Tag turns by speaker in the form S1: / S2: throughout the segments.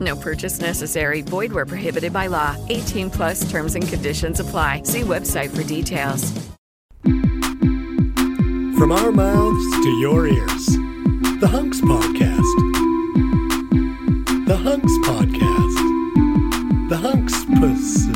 S1: No purchase necessary. Void where prohibited by law. 18 plus terms and conditions apply. See website for details.
S2: From our mouths to your ears, the Hunks Podcast. The Hunks Podcast. The Hunks Puss.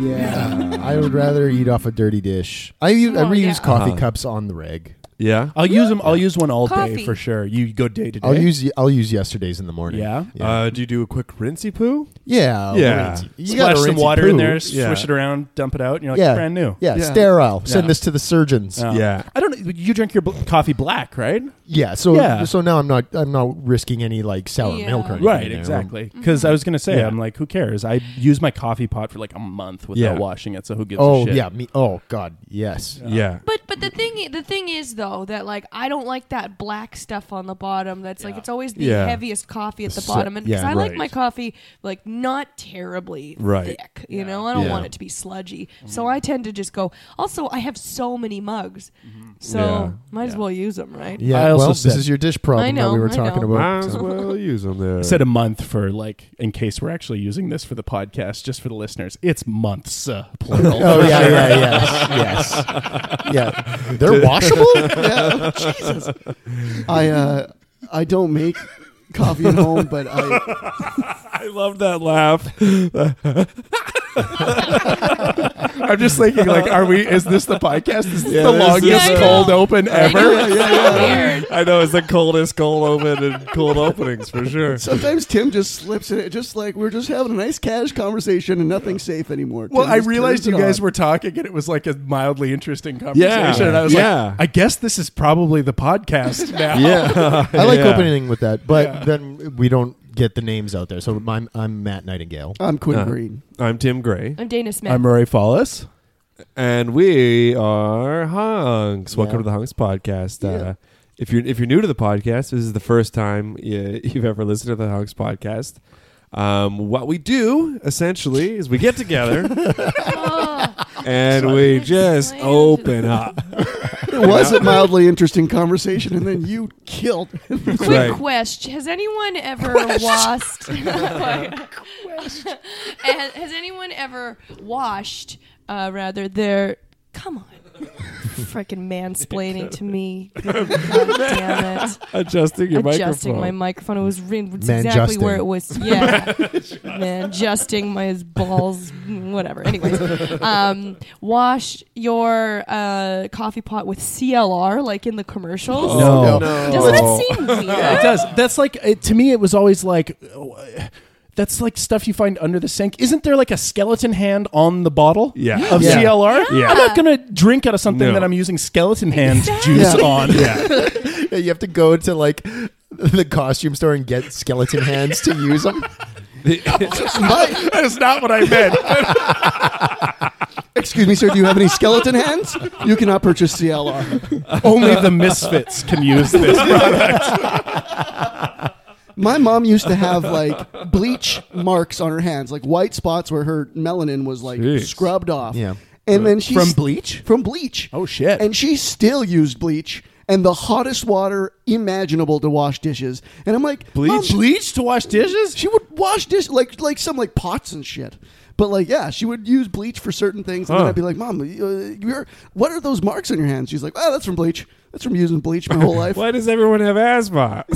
S3: Yeah, I would rather eat off a dirty dish. I, u-
S4: Oh,
S3: I
S5: Well,
S3: reuse
S5: yeah.
S3: coffee
S6: Uh-huh.
S3: cups on the reg.
S6: Yeah.
S5: I'll use them. I'll use one all day
S7: Coffee.
S5: for sure. You go day to day.
S3: I'll use y- I'll use yesterday's in the morning.
S5: Yeah?
S3: yeah,
S6: Uh, do you do a quick rinsey poo?
S3: yeah.
S6: yeah.
S3: rinse- You
S5: splash
S3: gotta
S5: some
S3: rinse
S5: water
S3: poo.
S5: in there,
S6: Yeah.
S5: swish it around, dump it out. and You're like
S3: Yeah,
S5: brand new.
S3: Yeah,
S6: Yeah.
S3: sterile. Send
S5: Yeah.
S3: this to the surgeons.
S5: Oh.
S6: Yeah.
S5: I don't. know. You drink your bl- coffee black, right?
S3: Yeah, so
S5: Yeah.
S3: so now I'm not I'm not risking any like sour
S7: Yeah.
S3: milk or anything.
S5: Right,
S3: you know.
S5: exactly. Because I was gonna say,
S3: Yeah.
S5: I'm like, who cares? I use my coffee pot for like a month without
S6: Yeah.
S5: washing it, so who gives a
S3: Oh
S5: shit?
S3: yeah, me. Oh god, yes.
S6: Yeah.
S8: But but the thing i- the thing is though that like I don't like that black stuff on the bottom. That's like it's always the
S6: Yeah.
S8: heaviest coffee at the
S3: So-
S8: bottom, and because
S3: yeah,
S8: I like
S3: right.
S8: my coffee like not terribly
S6: Right.
S8: thick. You know, I don't
S3: Yeah.
S8: want it to be sludgy, so I tend to just go. Also, I have so many mugs, so
S6: Yeah.
S4: oh.
S8: might as well use them, right?
S3: Yeah,
S5: I also
S3: well, this
S5: said-
S3: is your dish
S8: I
S3: problem
S8: know,
S3: that we were
S8: I
S3: talking
S8: know.
S6: Might
S3: about.
S6: as
S3: so-
S6: well use them there.
S5: I said a month for like in case we're actually using this for the podcast, just for the listeners. It's months uh, plural.
S3: Oh yeah, yeah, yes, yes, yeah. They're washable.
S4: Yeah, Jesus. I uh, I don't make coffee at home, but I
S6: I love that laugh. I'm just thinking, like, are we? Is this the podcast? Is this the
S5: this
S6: longest
S8: is-
S6: cold open ever?
S8: Yeah, yeah.
S6: I know it's the coldest cold open and cold openings for sure.
S4: sometimes Tim just slips in it, just like we're just having a nice cash conversation and nothing's safe anymore.
S5: Well,
S4: Tim
S5: I
S4: just
S5: realized
S4: turns
S5: you
S4: it
S5: guys
S4: on.
S5: were talking, and it was like a mildly interesting conversation. And I was
S6: Yeah.
S5: like, I guess this is probably the podcast now.
S6: Yeah,
S3: I like opening with that, but then we don't get the names out there. So I'm I'm Matt Nightingale.
S4: I'm Quinn
S6: Uh,
S4: Green.
S6: I'm Tim Gray,
S8: I'm Dana Smith.
S5: I'm Murray Fallis.
S6: and we are hunks. Welcome
S3: Yeah.
S6: to the Hunks Podcast. Uh, if you're if you're new to the podcast, this is the first time you, you've ever listened to the Hunks Podcast. Um, what we do essentially is we get together and we just
S8: Explain.
S6: open up.
S4: It was a mildly interesting conversation, and then you killed. it.
S8: Quick
S6: Right.
S8: question: Has anyone ever washed? has, has anyone ever washed? Uh, rather, their come on, freaking mansplaining to me. God damn it!
S6: Adjusting your
S8: Adjusting
S6: microphone.
S8: my microphone, it was rin- it's
S3: Man
S8: exactly
S3: justing.
S8: where it was. Yeah, man, adjusting my balls, whatever. Anyways, um, wash your uh, coffee pot with CLR, like in the commercials.
S5: No.
S8: Doesn't
S6: Oh.
S8: that seem weird?
S5: it does. That's like it, to me. It was always like. oh, uh, That's like stuff you find under the sink. Isn't there like a skeleton hand on the bottle?
S6: Yeah.
S5: Of
S4: Yeah.
S5: CLR?
S8: Yeah.
S5: I'm not gonna drink out of something
S6: No.
S5: that I'm using skeleton hand juice
S4: Yeah.
S5: on.
S3: Yeah, you have to go to like the costume store and get skeleton hands to use them.
S5: that is not what I meant.
S4: Excuse me, sir. Do you have any skeleton hands? You cannot purchase CLR.
S5: Only the misfits can use this.
S4: My mom used to have like bleach marks on her hands, like white spots where her melanin was like
S6: Jeez.
S4: scrubbed off.
S3: Yeah.
S4: and then she
S5: From bleach?
S4: From bleach.
S5: Oh, shit.
S4: And she still used bleach and the hottest water imaginable to wash dishes. And I'm like, "Mom,
S5: Bleach? Bleach to wash dishes?
S4: She would wash dish like like some like pots and shit. But like, yeah, she would use bleach for certain things, and
S6: Huh.
S4: then I'd be like, "Mom, uh, you're, what are those marks on your hands?" She's like, "Oh, that's from bleach. That's from using bleach my whole life."
S6: Why does everyone have asthma?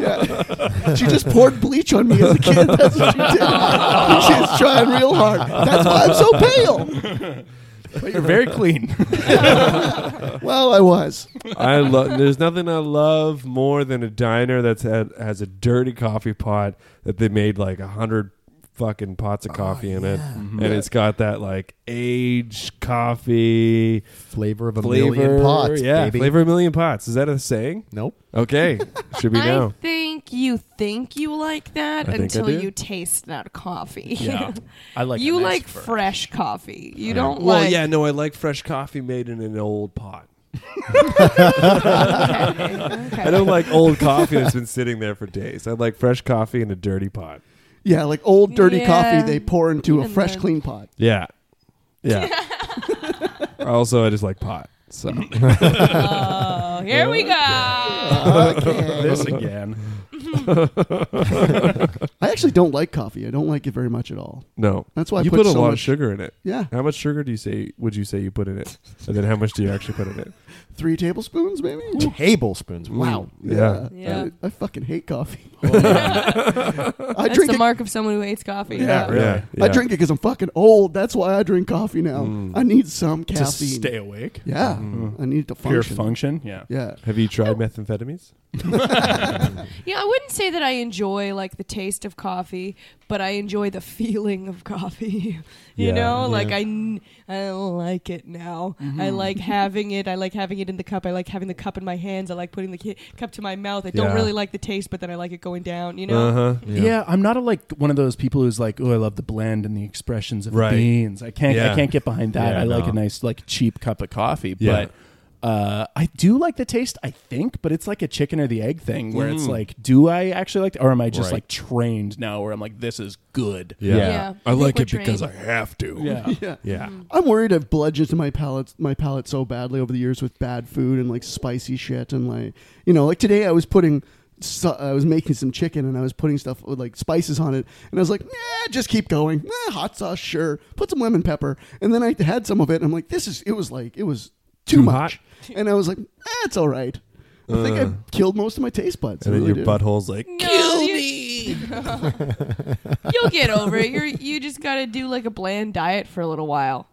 S4: Yeah. she just poured bleach on me as a kid. That's what she did. She's trying real hard. That's why I'm so pale.
S5: But you're very clean.
S4: well, I was.
S6: I lo- there's nothing I love more than a diner that's had, has a dirty coffee pot that they made like a hundred fucking pots of coffee in it, and
S3: Oh, Yeah.
S6: it's got that like aged coffee
S3: flavor of a million pots,
S6: Yeah,
S3: baby.
S6: flavor of a million pots. Is that a saying?
S3: Nope.
S6: Okay, should we
S8: I
S6: know?
S8: think you think you like that
S6: I think I
S8: until
S6: do.
S8: you taste that coffee.
S6: Yeah. I like a
S8: you
S6: nice
S8: like
S6: fresh.
S8: fresh coffee. You don't
S6: well,
S8: like
S6: yeah, no, I like fresh coffee made in an old pot. I don't like old coffee that's been sitting there for days. I like fresh coffee in a dirty pot.
S4: Yeah, like old dirty
S8: Yeah.
S4: coffee
S8: um,
S4: they pour into a
S8: And
S4: fresh
S8: then-
S4: clean pot.
S6: Yeah. Yeah. also, I just like pot. So.
S8: Oh, here we go.
S4: Okay.
S5: This again.
S4: I actually don't like coffee. I don't like it very much at all.
S6: No,
S4: That's why I
S6: you
S4: put
S6: put, a
S4: so
S6: lot of
S4: much-
S6: sugar in it.
S4: Yeah.
S6: How much sugar do you say? Would you say you put in it? And then how much do you actually put in it?
S4: Three tablespoons, maybe. Mm.
S3: Tablespoons. Wow.
S6: Yeah.
S8: Yeah.
S4: I, I fucking hate coffee. I
S8: That's
S4: drink
S8: the
S4: it.
S8: mark of someone who hates coffee.
S4: Yeah.
S6: Yeah,
S4: I
S6: yeah.
S4: drink it because I'm fucking old. That's why I drink coffee now.
S6: Mm.
S4: I need some caffeine.
S5: To stay awake.
S4: Yeah, I need to
S5: Pure
S4: function.
S5: function. Yeah.
S4: Yeah,
S6: Have you tried methamphetamines?
S8: Yeah, I wouldn't say that I enjoy like the taste of coffee, but I enjoy the feeling of coffee. you
S6: Yeah. Mm-hmm.
S8: know, like
S6: Yeah.
S8: I, n- I like it now. I like having it. I like having it in the cup. I like having the cup in my hands. I like putting the ki- cup to my mouth. I don't
S6: Yeah.
S8: really like the taste, but then I like it going down. You know,
S6: huh.
S5: Yeah. I'm not a, like one of those people who's like, oh, I love the blend and the expressions of
S6: Right.
S5: the beans. I can't,
S6: Yeah.
S5: I can't get behind that.
S6: Yeah,
S5: I like
S6: no.
S5: a nice, like cheap cup of coffee,
S6: Yeah.
S5: but uh, I do like the taste. I think, but it's like a chicken or the egg thing, where it's like, do I actually like, or am I just
S6: Mm. Right.
S5: like trained now, where I'm like, this is good.
S8: Yeah. I I think like we're it because trained. I
S6: have to.
S5: Yeah.
S4: yeah.
S6: Yeah.
S4: I'm worried I've bludgeoned my palate my palate so badly over the years with bad food and like spicy shit and like you know like today I was putting so, I was making some chicken and I was putting stuff with like spices on it and I was like nah just keep going nah, Eh, hot sauce sure put some lemon pepper and then I had some of it and I'm like this is it was like it was too,
S6: Too
S4: much and I was like eh, it's all right I think
S3: Uh.
S4: I killed most of my taste buds I
S6: And then
S4: really did.
S6: your butthole's like.
S8: No, you, me. you'll get over it. You're you just gotta do like a bland diet for a little while.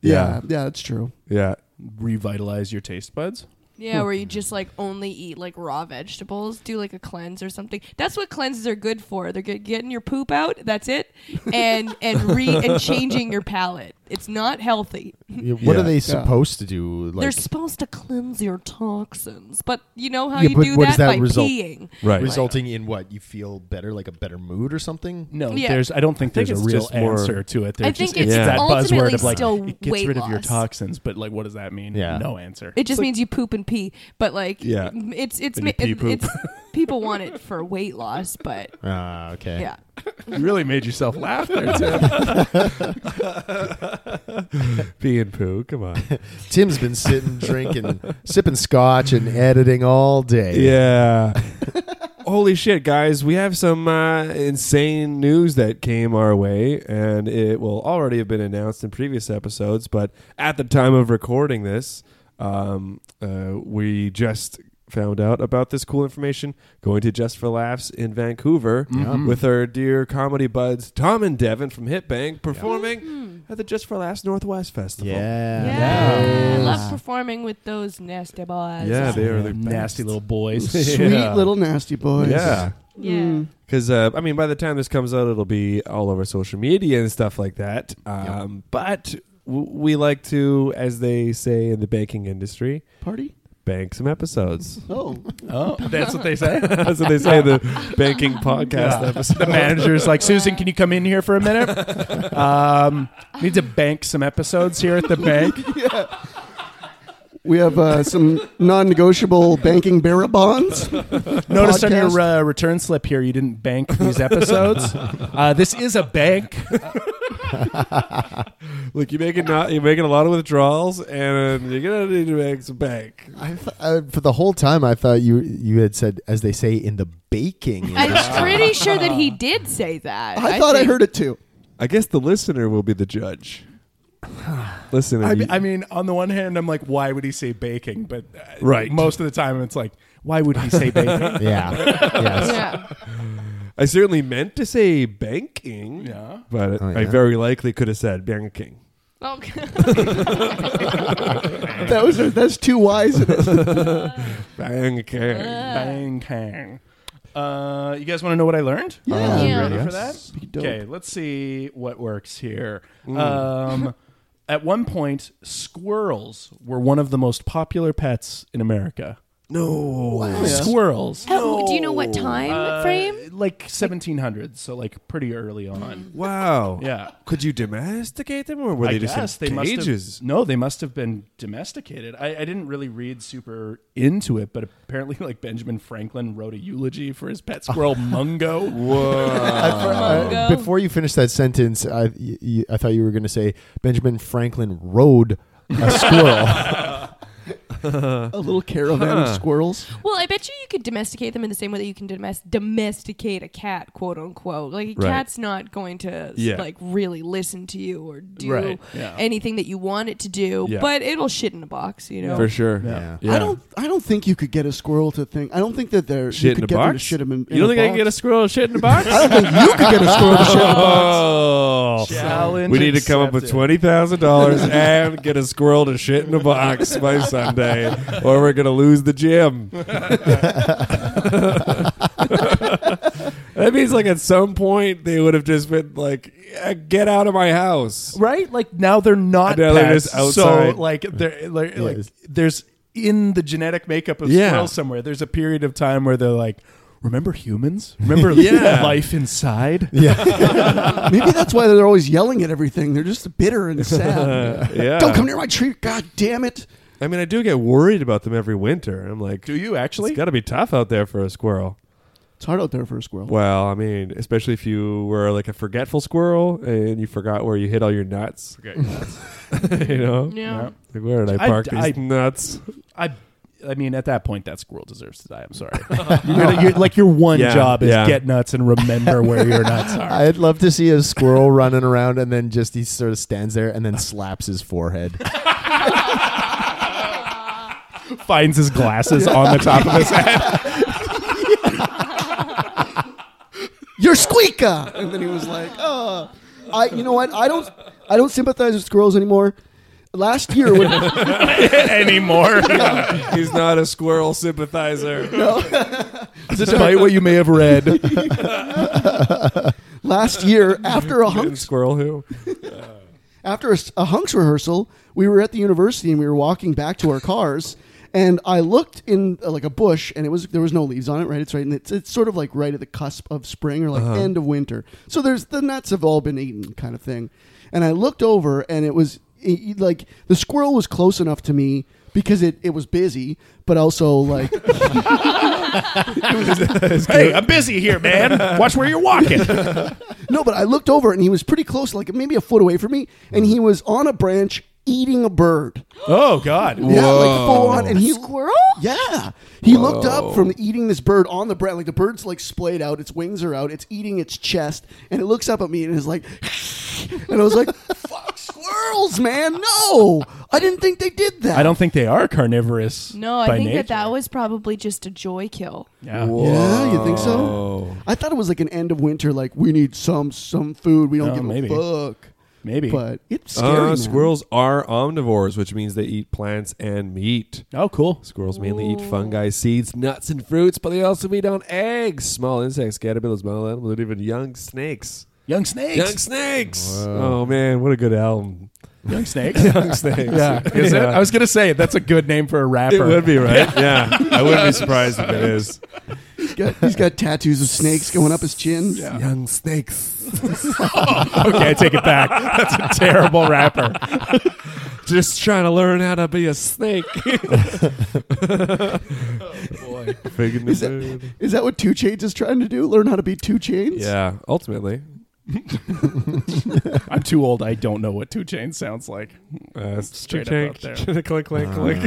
S4: yeah yeah that's true
S6: Yeah.
S5: Revitalize your taste buds.
S8: Yeah,
S6: Hmm.
S8: where you just like only eat like raw vegetables, do like a cleanse or something. That's what cleanses are good for. They're get, getting your poop out. That's it, and and re and changing your palate. It's not healthy.
S3: Yeah, What
S6: Yeah.
S3: are they supposed to do? Like,
S8: They're supposed to cleanse your toxins, but you know how
S3: Yeah,
S8: you
S3: but
S8: do
S3: what does
S8: that,
S3: that
S8: by
S3: result-
S8: peeing.
S6: Right.
S3: resulting in what? You feel better, like a better mood or something?
S5: No,
S8: Yeah.
S5: there's. I don't think
S6: I think
S5: there's a
S6: it's
S5: real
S6: just more-
S5: answer to it. There's
S8: I think
S5: just,
S8: it's
S5: that
S8: ultimately
S5: buzzword of like
S8: still
S5: it gets
S8: weight
S5: rid of your
S8: loss.
S5: toxins, but like, what does that mean?
S3: Yeah.
S5: no answer.
S8: It just means you poop and pee, but like
S6: Yeah.
S8: it's it's,
S6: And you
S8: ma-
S6: pee poop.
S8: it's people want it for weight loss, but
S3: Ah, okay.
S8: yeah.
S5: you really made yourself laugh there, Tim.
S6: Pee and poo. Come on.
S3: Tim's been sitting, drinking, sipping scotch, and editing all day.
S6: Yeah. Holy shit, guys. We have some uh, insane news that came our way, and it will already have been announced in previous episodes. But at the time of recording this, um, uh, we just found out about this cool information going to Just for Laughs in Vancouver
S5: Mm-hmm.
S6: with our dear comedy buds Tom and Devin from Hit Bang performing at the Just for Laughs Northwest Festival.
S3: Yeah.
S8: Yeah, I
S6: Ah.
S8: love performing with those nasty boys.
S6: Yeah, they are the
S5: nasty
S6: best.
S5: little boys.
S4: sweet little nasty boys
S6: Yeah.
S8: yeah.
S6: Because uh, I mean, by the time this comes out, it'll be all over social media and stuff like that. Um, But w- we like to, as they say in the banking industry,
S4: party
S6: bank some episodes.
S4: oh
S5: Oh, that's what they say.
S6: That's what they say in the banking podcast
S5: Yeah.
S6: episode.
S5: The manager's like, Susan, can you come in here for a minute? Um, need to bank some episodes here at the bank.
S4: We have uh, some non-negotiable banking bearer bonds.
S5: Notice on
S4: Podcast.
S5: your uh, return slip here, you didn't bank these episodes. Uh, this is a bank.
S6: Look, you're making not you're making a lot of withdrawals, and you're gonna need to make some bank.
S3: I th- I, for the whole time, I thought you you had said, as they say in the baking.
S8: I'm pretty sure that he did say that.
S4: I thought I
S8: think-
S4: heard it too.
S6: I guess the listener will be the judge. Listener,
S5: I,
S6: you-
S5: mean- I mean, on the one hand, I'm like, why would he say baking? But uh,
S6: Right.
S5: most of the time, it's like, why would he say baking?
S3: yeah. Yes.
S8: Yeah.
S6: I certainly meant to say banking, yeah. but
S9: Oh,
S6: I
S9: yeah.
S6: very likely could have said banking.
S8: Okay.
S3: that was that's two Y's. In it.
S6: Banking.
S5: Uh, Bang Kang. Uh, you guys want to know what I learned?
S3: Yeah.
S5: Uh,
S3: Yeah.
S5: Ready for
S3: Yes.
S5: that?
S3: Be dope.
S5: Okay, let's see what works here.
S3: Mm.
S5: Um, at one point, squirrels were one of the most popular pets in America.
S6: No.
S5: Squirrels.
S8: Oh, do you know what time
S5: Uh,
S8: frame?
S5: Like 1700s, so like pretty early on.
S6: Mm. Wow.
S5: Yeah.
S6: Could you domesticate them, or were
S5: I
S6: they just
S5: guess
S6: in
S5: must have-
S6: cages?
S5: no, they must have been domesticated. I, I didn't really read super into it, but apparently, like Benjamin Franklin wrote a eulogy for his pet squirrel Mungo.
S6: Whoa!
S3: Uh,
S10: I- I- Uh, before you finish that sentence, I, y- y- I thought you were going to say Benjamin Franklin rode a squirrel.
S3: a little caravan of
S10: Huh.
S3: squirrels.
S8: Well, I bet you you could domesticate them in the same way that you can domest- domesticate a cat, quote unquote. Like a
S6: Right.
S8: cat's not going to
S6: Yeah.
S8: like really listen to you or do
S6: Right, yeah.
S8: anything that you want it to do,
S6: Yeah.
S8: but it'll shit in a box, you know.
S6: For sure.
S3: Yeah.
S6: Yeah.
S3: I don't. I don't think you could get a squirrel to think. I don't think that they're
S6: Shit
S3: you
S6: in
S3: could
S6: a
S3: get them to
S6: box.
S3: shit 'em in, in
S6: you don't
S3: a
S6: think I can
S3: box.
S6: get a squirrel to shit in a box?
S3: I don't think you could get a squirrel to shit in a
S6: box.
S5: Challenge
S6: Oh. we need to come up with twenty thousand dollars and get a squirrel to shit in a box by Sunday, or we're gonna lose the gym. that means like at some point they would have just been like, "Yeah, "Get out of my house!"
S5: Right? Like now they're not
S6: Now
S5: pets,
S6: they're just outside.
S5: So like they're like,
S6: Yeah,
S5: like
S6: it's-
S5: there's in the genetic makeup of
S6: Yeah.
S5: squirrels somewhere. There's a period of time where they're like, remember humans? Remember
S6: Yeah.
S5: life inside?
S3: Yeah. Maybe that's why they're always yelling at everything. They're just bitter and sad.
S6: Yeah.
S3: Don't come near my tree. God damn it.
S6: I mean, I do get worried about them every winter. I'm like,
S5: Do you actually?
S6: It's got to be tough out there for a squirrel.
S3: It's hard out there for a squirrel.
S6: Well, I mean, especially if you were like a forgetful squirrel and you forgot where you hid all your nuts.
S5: Forget your nuts.
S6: you know?
S5: Yeah. Yeah.
S6: Like, where did I
S5: I-
S6: park
S5: I-
S6: these nuts?
S5: I I mean, at that point, that squirrel deserves to die. I'm sorry. You're- you're- like your one
S6: Yeah,
S5: job is
S6: yeah.
S5: get nuts and remember where your nuts are.
S10: I'd love to see a squirrel running around and then just he sort of stands there and then slaps his forehead.
S5: Finds his glasses on the top of his head.
S3: You're squeaker. And then he was like, oh. I, you know what? I don't, I don't sympathize with squirrels anymore. Last year, when,
S5: Anymore.
S6: He's not a squirrel sympathizer.
S5: Despite what you may have read.
S3: last year after a hunks
S6: squirrel who
S3: after a, s- a hunks rehearsal, we were at the university and we were walking back to our cars. And I looked in uh, like a bush, and it was there was no leaves on it, right? It's right, and it's, it's sort of like right at the cusp of spring or like
S9: Uh-huh.
S3: end of winter. So there's the nuts have all been eaten, kind of thing. And I looked over, and it was it- it- like the squirrel was close enough to me because it, it was busy, but also like
S5: hey, I'm busy here, man. Watch where you're walking.
S3: no, but I looked over and he was pretty close, like maybe a foot away from me, and he was on a branch eating a bird.
S5: Oh God!
S3: Yeah, like full on, and he
S8: squirrel.
S3: Yeah, he looked
S6: Whoa.
S3: up from eating this bird on the branch. Like the bird's like splayed out, its wings are out, it's eating its chest, and it looks up at me and is like, and I was like, "Fuck squirrels, man! No, I didn't think they did that."
S5: I don't think they are carnivorous.
S8: No, I
S5: by
S8: think
S5: nature.
S8: that that was probably just a joy kill.
S5: Yeah.
S3: Yeah, you think so? I thought it was like an end of winter, like we need some some food. We don't
S5: Oh,
S3: give
S5: maybe.
S3: a fuck.
S5: Maybe.
S3: but it's scary.
S6: Uh,
S3: man.
S6: squirrels are omnivores, which means they eat plants and meat.
S5: Oh, cool.
S6: Squirrels mainly eat fungi, seeds, nuts, and fruits, but they also feed on eggs, small insects, caterpillars, small animals, and even young snakes.
S5: Young snakes.
S6: Young snakes. Oh, man. What a good album.
S5: Young snakes.
S6: Young snakes.
S5: Yeah. Is it?
S6: Yeah.
S5: I was gonna say that's a good name for a rapper.
S6: It would be, right? Yeah. I wouldn't be surprised if it is.
S3: He's got, he's got tattoos of snakes going up his chin.
S6: Young snakes.
S5: okay, I take it back. That's a terrible rapper.
S6: Just trying to learn how to be a snake.
S5: Oh, Boy.
S6: Fig in the
S3: Is that-
S6: mood.
S3: Is that what Two Chains is trying to do? Learn how to be Two Chains?
S6: Yeah, ultimately.
S5: I'm too old. I don't know what two chains sounds like.
S6: Uh,
S5: Straight
S6: cha-
S5: up out there. Ah.
S6: click, click, click.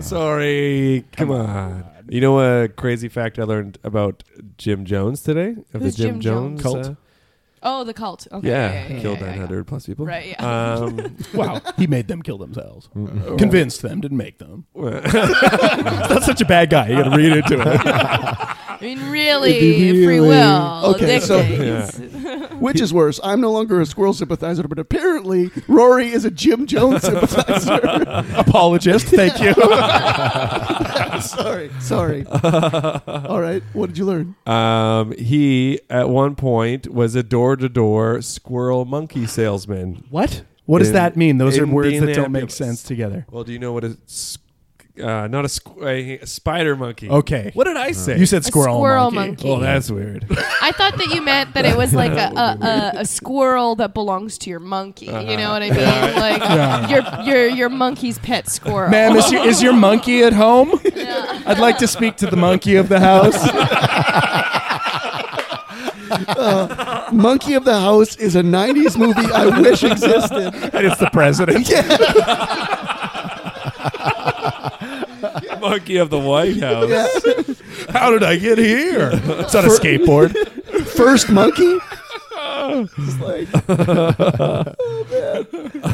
S6: Sorry. Come, on. You know a crazy fact I learned about Jim Jones today? Of
S8: Who's
S6: the
S8: Jim
S6: Jim, Jones,
S8: Jones?
S5: Cult?
S6: uh,
S8: Oh, the cult. Okay.
S6: yeah,
S8: yeah, yeah,
S6: killed
S8: yeah, yeah.
S6: 900 plus people.
S8: Right,
S5: Uh,
S8: yeah.
S6: Um,
S5: Wow, he made them kill themselves.
S6: Mm-hmm.
S5: Convinced them, didn't make them.
S6: well,
S5: That's such a bad guy. You got to read into it.
S8: mean,
S4: If
S8: really,
S4: you
S8: free
S4: really-
S8: will.
S4: Okay, so
S8: dictates.
S4: which is worse? I'm no longer a squirrel sympathizer, but apparently Rory is a Jim Jones sympathizer.
S5: Apologist, thank you.
S4: sorry, sorry. All right, what did you learn?
S6: Um, he at one point was a door-to-door squirrel monkey salesman.
S5: What? What does that mean? Those are
S6: in
S5: words
S6: being
S5: that
S6: the
S5: don't make
S6: ambulance.
S5: sense together.
S6: Well, do you know what a s- uh, not a, squ- a, a spider monkey?
S5: Okay.
S6: What did I say?
S5: You said A squirrel
S8: squirrel monkey. monkey.
S6: Oh, that's weird.
S8: I thought that you meant that it was like a, a, a, a squirrel that belongs to your monkey.
S5: Uh-huh.
S8: You know what I mean? Like your your your monkey's pet squirrel. Oh,
S5: Ma'am, is your, is your monkey at home? I'd like to speak to the monkey of the house.
S6: Uh,
S4: Monkey of the House is a '90s movie I wish existed.
S5: and it's the president.
S6: monkey of the White House.
S4: Yeah.
S6: How did I get here?
S5: It's on a skateboard.
S4: First monkey.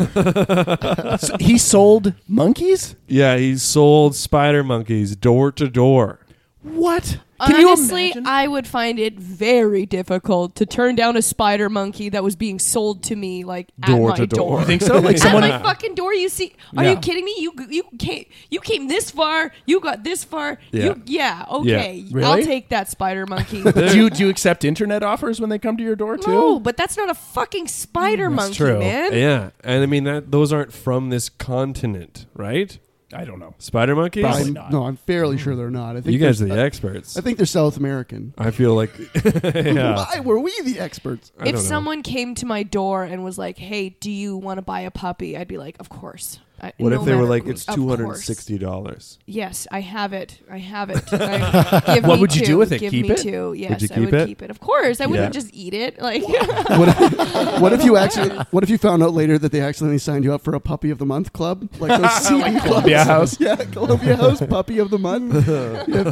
S5: So he sold monkeys?
S6: yeah, he sold spider monkeys door to door.
S5: What?
S8: Honestly, I would find it very difficult to turn down a spider monkey that was being sold to me like
S6: Door
S8: at my
S6: to door.
S8: door.
S6: You think
S5: so? Like
S8: at
S5: someone-
S8: my fucking door. You see? Are
S5: Yeah.
S8: you kidding me? You you came you came this far. You got this far.
S6: Yeah.
S8: You, yeah. Okay.
S5: Really?
S8: I'll take that spider monkey.
S5: Do you, do you accept internet offers when they come to your door too? Mm,
S8: no, but that's not a fucking spider monkey,
S5: true.
S8: man.
S6: Yeah, and I mean that those aren't from this continent, right?
S5: I don't know.
S6: Spider monkeys.
S5: Probably
S4: I'm-
S5: not.
S4: No, I'm fairly sure they're not. I think
S6: You guys are
S4: they're-
S6: the experts.
S4: I think they're South American.
S6: I feel like yeah.
S4: Why were we the experts?
S6: I
S8: If
S6: don't know.
S8: someone came to my door and was like, "Hey, do you want to buy a puppy?" I'd be like, "Of course." I,
S6: What
S8: no
S6: if they were
S8: matter
S6: like,
S8: who-
S6: it's
S8: of
S6: two hundred and
S8: course.
S6: sixty dollars?
S8: Yes, I have it. I have it. I, give
S5: What
S8: me
S5: would you do
S8: two.
S5: with it?
S8: Give
S5: Keep
S8: me
S5: it?
S8: two. Yes,
S6: you
S8: I
S6: keep
S8: would
S6: it?
S8: keep it. Of course, I wouldn't
S6: Yeah.
S8: just eat it. Like,
S4: What if, what if you actually? What if you found out later that they accidentally signed you up for a puppy of the month club, like those CB clubs?
S5: Columbia House?
S4: yeah, Columbia House puppy of the month. Yeah.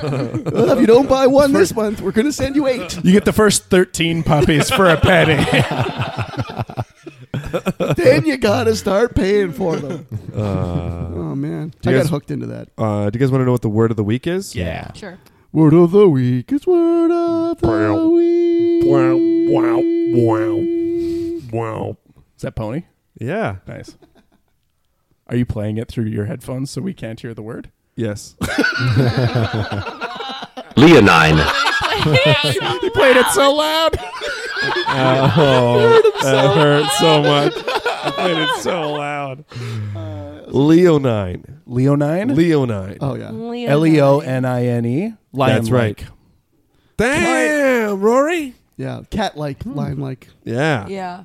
S4: Well, if you don't buy one this month, we're gonna send you eight.
S5: You get the first 13 puppies for a penny.
S4: Then you gotta start paying for them.
S6: Uh,
S4: Oh man,
S6: you
S4: I got
S6: guys-
S4: hooked into that.
S6: uh, do you guys want to know what the word of the week is?
S5: yeah.
S8: sure.
S4: Word of the week is word of the week.
S6: Wow! Wow! Wow! Wow!
S5: Is that pony?
S6: Yeah.
S5: Nice. Are you playing it through your headphones so we can't hear the word?
S6: Yes.
S11: Leonine.
S5: He played it so loud.
S6: oh, that hurt so much. I played it so loud. Leonine.
S5: Leonine?
S6: Leonine.
S4: Oh yeah,
S5: L E O N I N E. Lion.
S6: That's right. Damn, Rory.
S4: yeah, cat like,
S5: Hmm.
S4: lion like.
S6: Yeah.
S8: Yeah.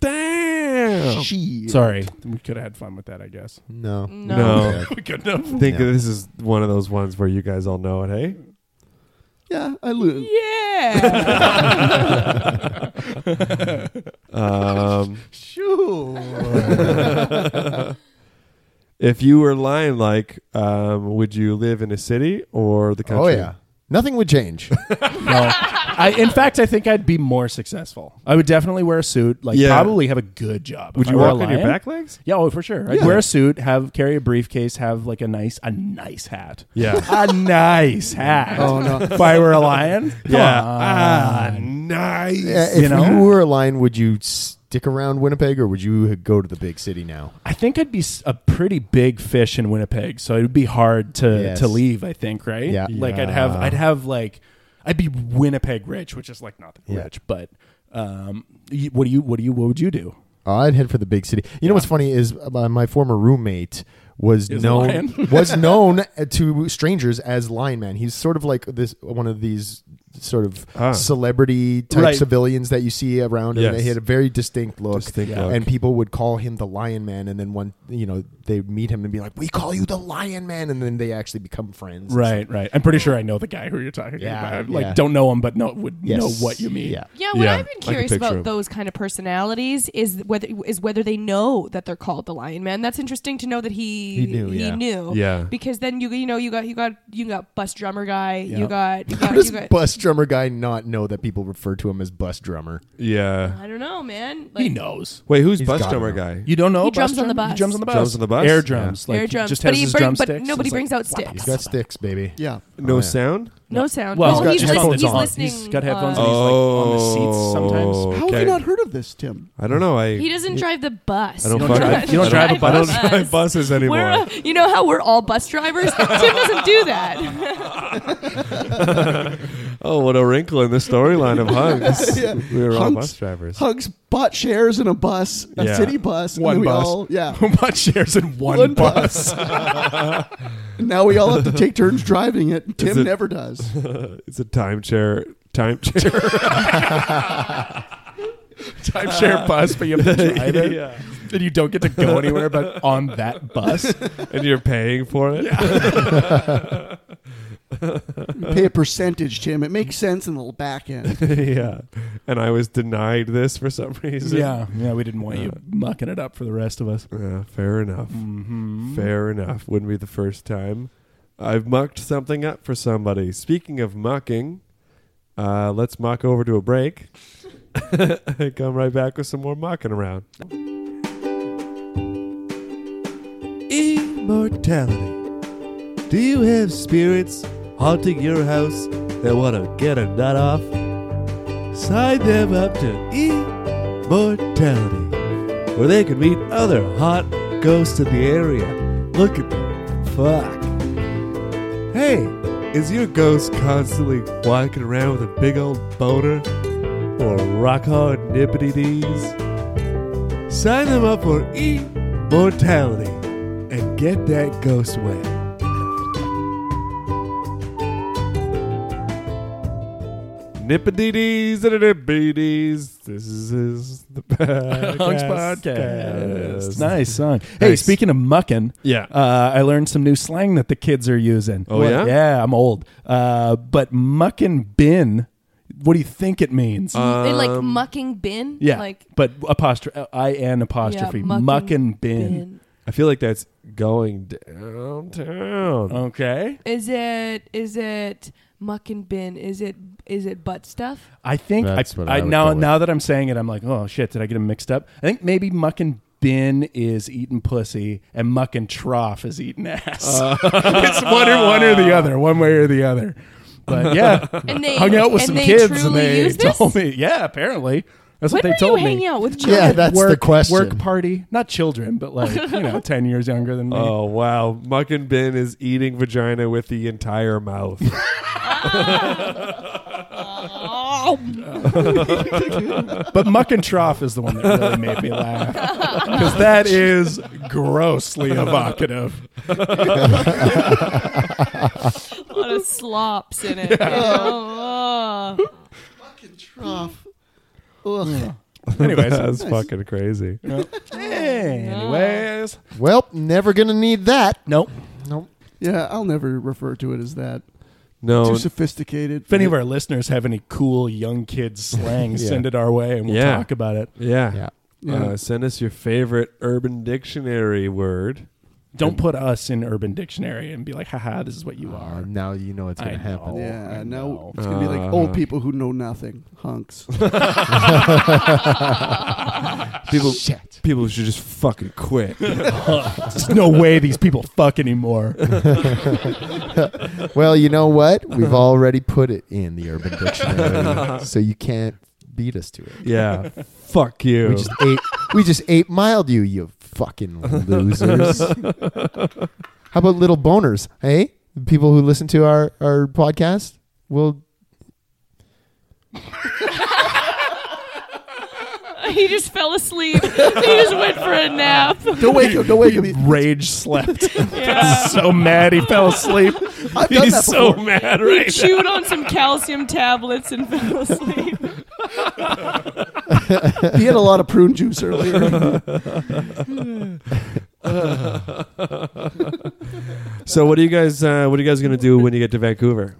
S6: Damn.
S4: She.
S5: Sorry. We could have had fun with that, I guess.
S3: No.
S8: No.
S6: No.
S5: we couldn't have.
S6: I think that this is one of those ones where you guys all know it, hey?
S4: Yeah, I lose.
S8: Yeah.
S6: Um,
S4: Sure.
S6: if you were lion like, um, would you live in a city or the
S3: Oh
S6: country?
S3: yeah. Nothing would change.
S5: No. I, in fact, I think I'd be more successful. I would definitely wear a suit. Like,
S6: Yeah.
S5: probably have a good job.
S6: Would
S5: If
S6: you
S5: I were
S6: walk
S5: a
S6: on your
S5: lion-
S6: back legs?
S5: Yeah, oh, for sure. I'd
S4: Yeah.
S5: wear a suit, have carry a briefcase, have like a nice a nice hat.
S6: Yeah.
S5: a nice hat.
S4: Oh, no.
S5: If I were a lion, Come
S6: yeah.
S5: on.
S6: Ah, nice.
S3: Yeah, if you,
S5: You know?
S3: were a lion, would you stick around Winnipeg or would you go to the big city now?
S5: I think I'd be s- a pretty big fish in Winnipeg, so it'd be hard to
S3: Yes.
S5: to leave. I think, right?
S3: Yeah.
S5: Like I'd have,
S3: Yeah.
S5: I'd have like, I'd be Winnipeg rich, which is like not that
S3: Yeah.
S5: rich, but um, y what do you, what do you, what would you do?
S3: Uh, I'd head for the big city. You know what's funny is uh, my, my former roommate was
S5: Is a
S3: known
S5: lion.
S3: was known uh, to strangers as Lion Man. He's sort of like this one of these sort of
S6: Ah.
S3: celebrity type
S5: Right.
S3: civilians that you see around and
S6: Yes.
S3: he had a very distinct look.
S6: Distinct
S5: Yeah.
S6: look.
S3: And people would call him the Lion Man and then one you know, they'd meet him and be like, We call you the Lion Man and then they actually become friends.
S5: Right, right. I'm pretty sure I know the guy who you're talking
S3: Yeah,
S5: about. Like,
S3: yeah.
S5: don't know him, but know would
S3: Yes.
S5: know what you mean.
S3: Yeah.
S8: Yeah, what
S6: Yeah,
S8: I've
S6: I
S8: been
S6: can
S8: curious
S6: picture
S8: about
S6: 'em.
S8: those kind of personalities is whether is whether they know that they're called the Lion Man. That's interesting to know that he
S3: He knew, yeah.
S8: knew.
S6: Yeah.
S8: Because then you you know you got you got you got bus drummer guy.
S5: Yeah.
S8: You got you got,
S3: How does
S8: you got
S3: bus drummer guy not know that people refer to him as bus drummer?
S6: Yeah.
S8: I don't know, man.
S5: he knows.
S6: Wait, who's
S3: He's
S6: bus
S3: gotta
S6: drummer
S3: know.
S6: guy?
S5: You don't know.
S8: He
S5: bus
S8: drums on the
S5: drummer? He
S8: bus.
S5: drums on the bus.
S6: Drums on the bus?
S5: Air drums.
S8: Yeah.
S5: Like
S8: Air
S5: he
S8: drums.
S5: Just
S8: But
S5: has
S8: he
S5: his
S8: bring-
S5: drum
S8: but
S5: sticks.
S8: nobody
S5: It's
S8: brings out sticks.
S3: He's got sticks, baby.
S4: Yeah.
S6: No
S3: Oh, yeah.
S6: sound.
S8: No sound.
S5: Well,
S8: no,
S4: he's got
S8: he's,
S4: headphones
S8: listening. he's
S5: on.
S8: listening.
S5: He's got headphones
S8: uh,
S5: on. on the seats sometimes.
S6: Oh,
S4: How have
S6: okay.
S4: you not heard of this, Tim?
S6: I don't know. I
S8: he doesn't drive the bus.
S6: I don't
S5: You
S6: fuck-
S5: don't drive- you don't
S6: I
S5: drive a bus?
S6: I don't drive buses anymore.
S8: We're, uh, you know how we're all bus drivers? Tim doesn't do that.
S6: oh, what a wrinkle in the storyline of Hunks.
S4: Yeah.
S6: We were all
S4: Hunks-
S6: bus drivers.
S4: Hugs bought shares in a bus, a
S6: Yeah.
S4: city bus. and
S5: One
S4: then we
S5: bus.
S4: all- yeah.
S5: What shares in one,
S4: One
S5: bus?
S4: And now we all have to take turns driving it. Tim
S6: it-
S4: never does.
S6: Uh, It's a time chair. Time chair.
S5: Timeshare bus, but you have to drive it.
S6: Yeah.
S5: And you don't get to go anywhere but on that bus.
S6: and you're paying for it.
S4: Pay a percentage, Tim. It makes sense in the back end.
S6: yeah. And I was denied this for some reason.
S5: yeah, yeah, we didn't want you mucking it up for the rest of us.
S6: Yeah, fair enough. Fair enough. Wouldn't be the first time. I've mucked something up for somebody. Speaking of mucking, uh, let's muck over to a break. Come right back with some more mucking around. Immortality. Do you have spirits haunting your house that want to get a nut off? Sign them up to Immortality where they could meet other hot ghosts in the area. Look at them. Fuck. Hey, is your ghost constantly walking around with a big old boner? Or rock hard nippity dees? Sign them up for immortality and get that ghost wet. Nippity dees and nippity dees. This is the
S5: Hunks podcast. Nice song. Hey,
S6: Nice.
S5: speaking of mucking,
S6: Yeah.
S5: uh, I learned some new slang that the kids are using.
S6: Oh,
S5: What-
S6: yeah?
S5: yeah. I'm old, uh, but mucking bin. What do you think it means?
S8: they like
S6: Um,
S8: mucking bin.
S5: yeah,
S8: Like
S5: but apostrophe I N apostrophe
S8: yeah,
S5: mucking, bin.
S6: I feel like that's going downtown.
S4: Um,
S5: Okay,
S8: Is it? Is it mucking bin? Is it? Is it butt stuff?
S5: I think I,
S3: That's what I
S5: I,
S3: would go
S5: now
S3: with.
S5: now that I'm saying it, I'm like, oh shit, did I get them mixed up? I think maybe mucking bin is eating pussy and mucking trough is eating ass.
S3: Uh.
S5: it's one or one or the other, one way or the other. But yeah,
S8: And they
S5: hung out with
S8: and
S5: some
S8: they
S5: kids
S8: truly
S5: and they
S8: use this?
S5: told me, yeah, apparently that's
S8: When
S5: what they
S8: were
S5: told
S8: you
S5: me.
S8: hanging out with children?
S3: Yeah, that's the question.
S5: Work party, not children, but like you know, ten years younger than me.
S6: Oh wow, Muck and Bin is eating vagina with the entire mouth.
S8: Oh,
S5: But muck and trough is the one that really made me laugh because that is grossly evocative.
S8: a lot of slops in it. you know? Oh.
S4: Trough. Ugh.
S5: Anyways,
S6: that's fucking crazy.
S5: Anyways,
S3: Well, never gonna need that.
S5: nope.
S4: Yeah, I'll never refer to it as that.
S6: No,
S4: Too sophisticated.
S5: If any of our listeners have any cool young kids slang,
S6: Yeah.
S5: send it our way and we'll
S6: Yeah.
S5: talk about it.
S6: yeah.
S3: Yeah.
S6: Uh, send us your favorite Urban Dictionary word.
S5: Don't put us in Urban Dictionary and be like, haha, this is what you
S3: Uh,
S5: are.
S3: now you know it's
S5: I
S3: gonna happen.
S5: know.
S4: Yeah,
S5: I
S4: now
S5: know.
S4: it's gonna be
S6: Uh,
S4: like old people who know nothing, hunks.
S6: People, people should just fucking quit.
S5: There's no way these people fuck anymore.
S3: Well, you know what? We've already put it in the Urban Dictionary, so you can't beat us to it.
S6: yeah, fuck you.
S3: We just ate. We just ate mild you, you fucking losers. How about little boners? Hey, people who listen to our our podcast will.
S8: he just fell asleep. he just went for a nap.
S4: don't wake up! Don't wake up!
S5: Rage slept.
S8: Yeah.
S5: so mad he fell asleep.
S4: I've done that
S5: He's
S4: before.
S5: so mad right now.
S8: Chewed on some calcium tablets and fell asleep.
S4: he had a lot of prune juice earlier.
S6: so, what are you guys? Uh, what are you guys gonna do when you get to Vancouver?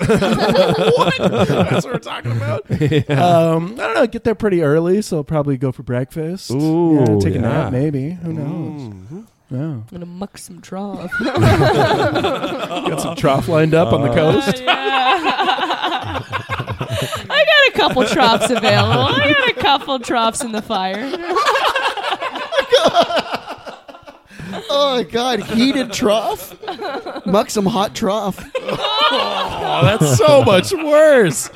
S5: That's what we're talking about. Um, I don't know. Get there pretty early, so I'll probably go for breakfast.
S6: Ooh,
S5: yeah, take a
S6: yeah.
S5: nap, maybe. Who knows? Oh.
S8: I'm gonna muck some trough.
S5: Got some trough lined up on the coast.
S8: I got a couple troughs available. I got a couple troughs in the fire.
S4: Oh my god, heated trough. Muck some hot trough.
S5: Oh, that's so much worse.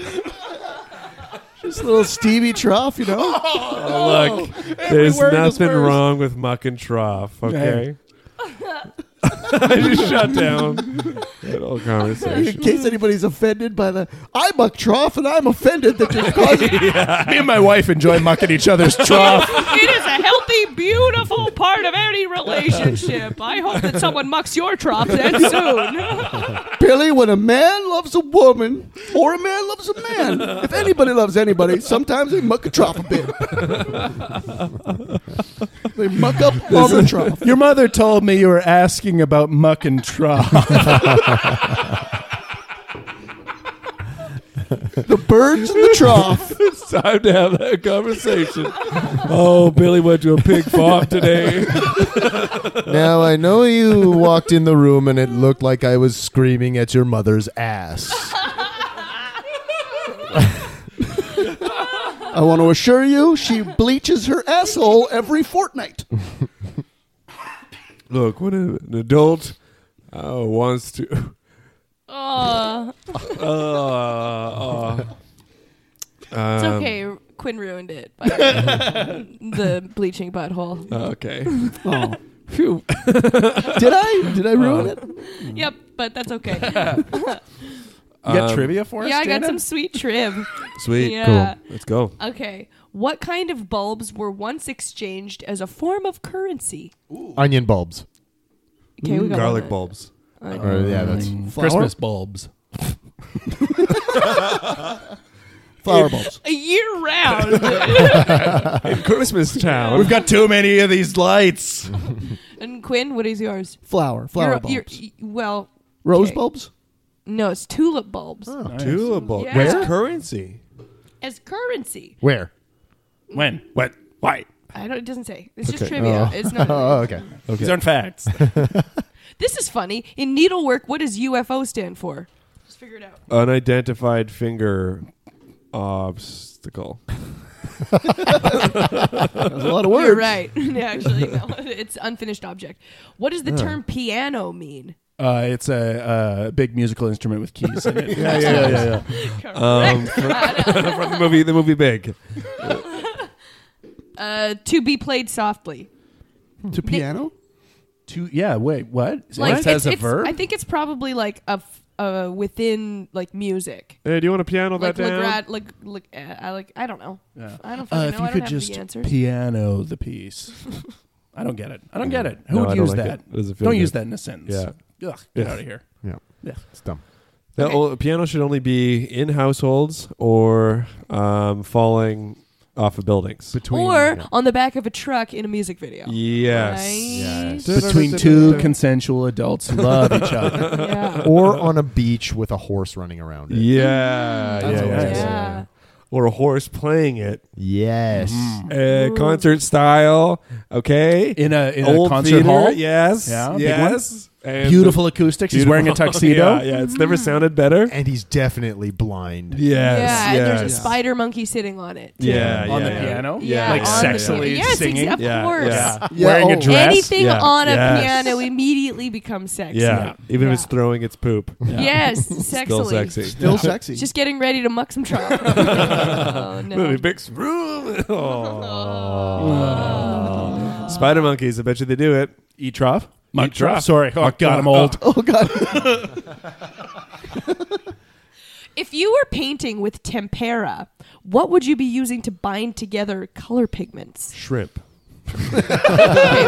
S4: Just a little Stevie trough, you know.
S6: Look, there's
S5: word is
S6: nothing
S5: worse.
S6: wrong with muck and trough, okay? I just shut down that whole
S4: In
S6: conversation.
S4: case anybody's offended by the I muck trough and I'm offended that you're causing
S5: Me and my wife enjoy mucking each other's trough.
S8: It is a healthy, beautiful part of any relationship. I hope that someone mucks your troughs and soon.
S4: Billy when a man loves a woman or a man loves a man. If anybody loves anybody, sometimes they muck a trough a bit. they muck up on the trough.
S5: Your mother told me you were asking about muck and trough.
S4: The birds in the trough.
S6: it's time to have that conversation. oh, Billy went to a pig farm today.
S3: Now I know you walked in the room and it looked like I was screaming at your mother's ass.
S4: I want to assure you, she bleaches her asshole every fortnight.
S6: Look, when a- an adult uh, wants to.
S8: Oh,
S6: Uh, uh,
S8: it's
S6: um,
S8: okay. Quinn ruined it. By the bleaching butthole.
S6: Okay.
S4: Oh.
S6: Phew.
S4: Did I? Did I ruin it?
S8: Yep, but that's okay.
S5: You got
S6: Um,
S5: trivia for us?
S8: Yeah, I got
S5: Dana?
S8: some sweet trib.
S6: Sweet.
S8: Yeah.
S6: Cool. Let's go.
S8: Okay. What kind of bulbs were once exchanged as a form of currency?
S3: Onion bulbs.
S8: Okay, we got
S6: Garlic
S8: one.
S6: bulbs.
S3: Or,
S8: Mm.
S3: yeah, that's
S5: Christmas bulbs.
S4: Flower bulbs.
S8: A year round.
S6: Christmas town.
S5: We've got too many of these lights.
S8: and Quinn, what is yours?
S4: Flower. Flower
S8: You're-
S4: bulbs.
S8: you're- y- well,
S4: Rose
S8: okay.
S4: bulbs?
S8: No, it's tulip bulbs
S6: Tulip bulbs.
S8: Yeah. Where?
S6: That's currency.
S8: as currency.
S3: where?
S5: When? What? Why?
S8: I don't. It doesn't say. It's just trivia. It's not.
S3: Oh, okay.
S5: These aren't facts.
S8: This is funny. In needlework, what does UFO stand for? Just figure it out.
S6: Unidentified finger obstacle.
S4: That's a lot of words.
S8: You're right. Yeah, Actually, no. It's unfinished object. What does the term piano mean?
S5: Uh, it's a uh, big musical instrument with keys in it. yeah,
S6: yeah, Um, from the movie, the movie Big.
S8: Uh, to be played softly.
S4: To piano?
S5: Two, yeah, wait, what?
S8: Like
S5: it has
S8: it's,
S5: a
S8: it's-
S5: verb?
S8: I think it's probably like a f- uh, within like music.
S6: Hey, do you want to piano
S8: Like
S6: that down?
S8: Legrand, like, like, uh, I like, I don't know. I don't fucking know.
S5: Uh, if you
S8: I don't
S5: could
S8: have
S5: just
S8: the answer.
S5: piano the piece. I don't get it. I don't get it. Who
S6: No, I
S5: would
S6: don't
S5: use
S6: like
S5: that?
S6: it. It doesn't feel
S5: don't use
S6: good.
S5: that in a sentence.
S6: Yeah.
S5: Ugh, get
S6: Yeah.
S5: out of here.
S3: Yeah.
S5: Yeah.
S3: It's dumb.
S6: That o- piano should only be in households or um, falling off of buildings.
S3: Between
S8: or on the back of a truck in a music video.
S6: Yes.
S8: Right?
S5: Between two consensual adults who love each other.
S8: Yeah.
S3: or on a beach with a horse running around it.
S6: Mm. Yeah, yeah,
S5: That's
S6: yeah,
S5: what it
S6: yeah,
S5: is.
S6: yeah. Or a horse playing it,
S3: Yes.
S6: uh, concert style. Okay,
S5: In a, in
S6: Old
S5: a concert
S6: theater,
S5: hall.
S6: Yes,
S5: Yeah, big one.
S6: yes. And
S5: Beautiful acoustics. He's wearing a
S6: beautiful-
S5: tuxedo.
S6: yeah, yeah, it's never
S8: Mm.
S6: sounded better. Yes,
S3: And he's definitely blind.
S8: yeah, and there's a
S6: yes.
S8: spider monkey sitting on it. too.
S6: Yeah,
S5: On the
S6: yeah, yeah.
S5: piano?
S8: Yeah,
S5: Like
S8: on the-
S5: sexily
S8: yes,
S5: singing?
S8: exa- of
S6: Yeah,
S8: course.
S6: yeah.
S4: Yeah,
S5: Wearing
S4: oh.
S5: a dress.
S8: Anything
S6: Yeah.
S8: on a
S6: Yes.
S8: piano immediately becomes sexy.
S6: Yeah. Even
S8: Yeah.
S6: if it's throwing its poop.
S8: Yes,
S6: Still
S8: sexily.
S6: sexy.
S4: Still sexy.
S8: Just getting ready to muck some trouble. oh, no.
S6: Movie Bix room. Aw. Spider monkeys. I bet you they do it.
S5: Eat trough? Muck
S6: Eat trough.
S5: trough. Sorry. Oh,
S6: Muck
S5: God,
S6: trough.
S5: I'm old.
S4: Oh god.
S8: If you were painting with tempera, what would you be using to bind together color pigments?
S6: Shrimp.
S8: okay,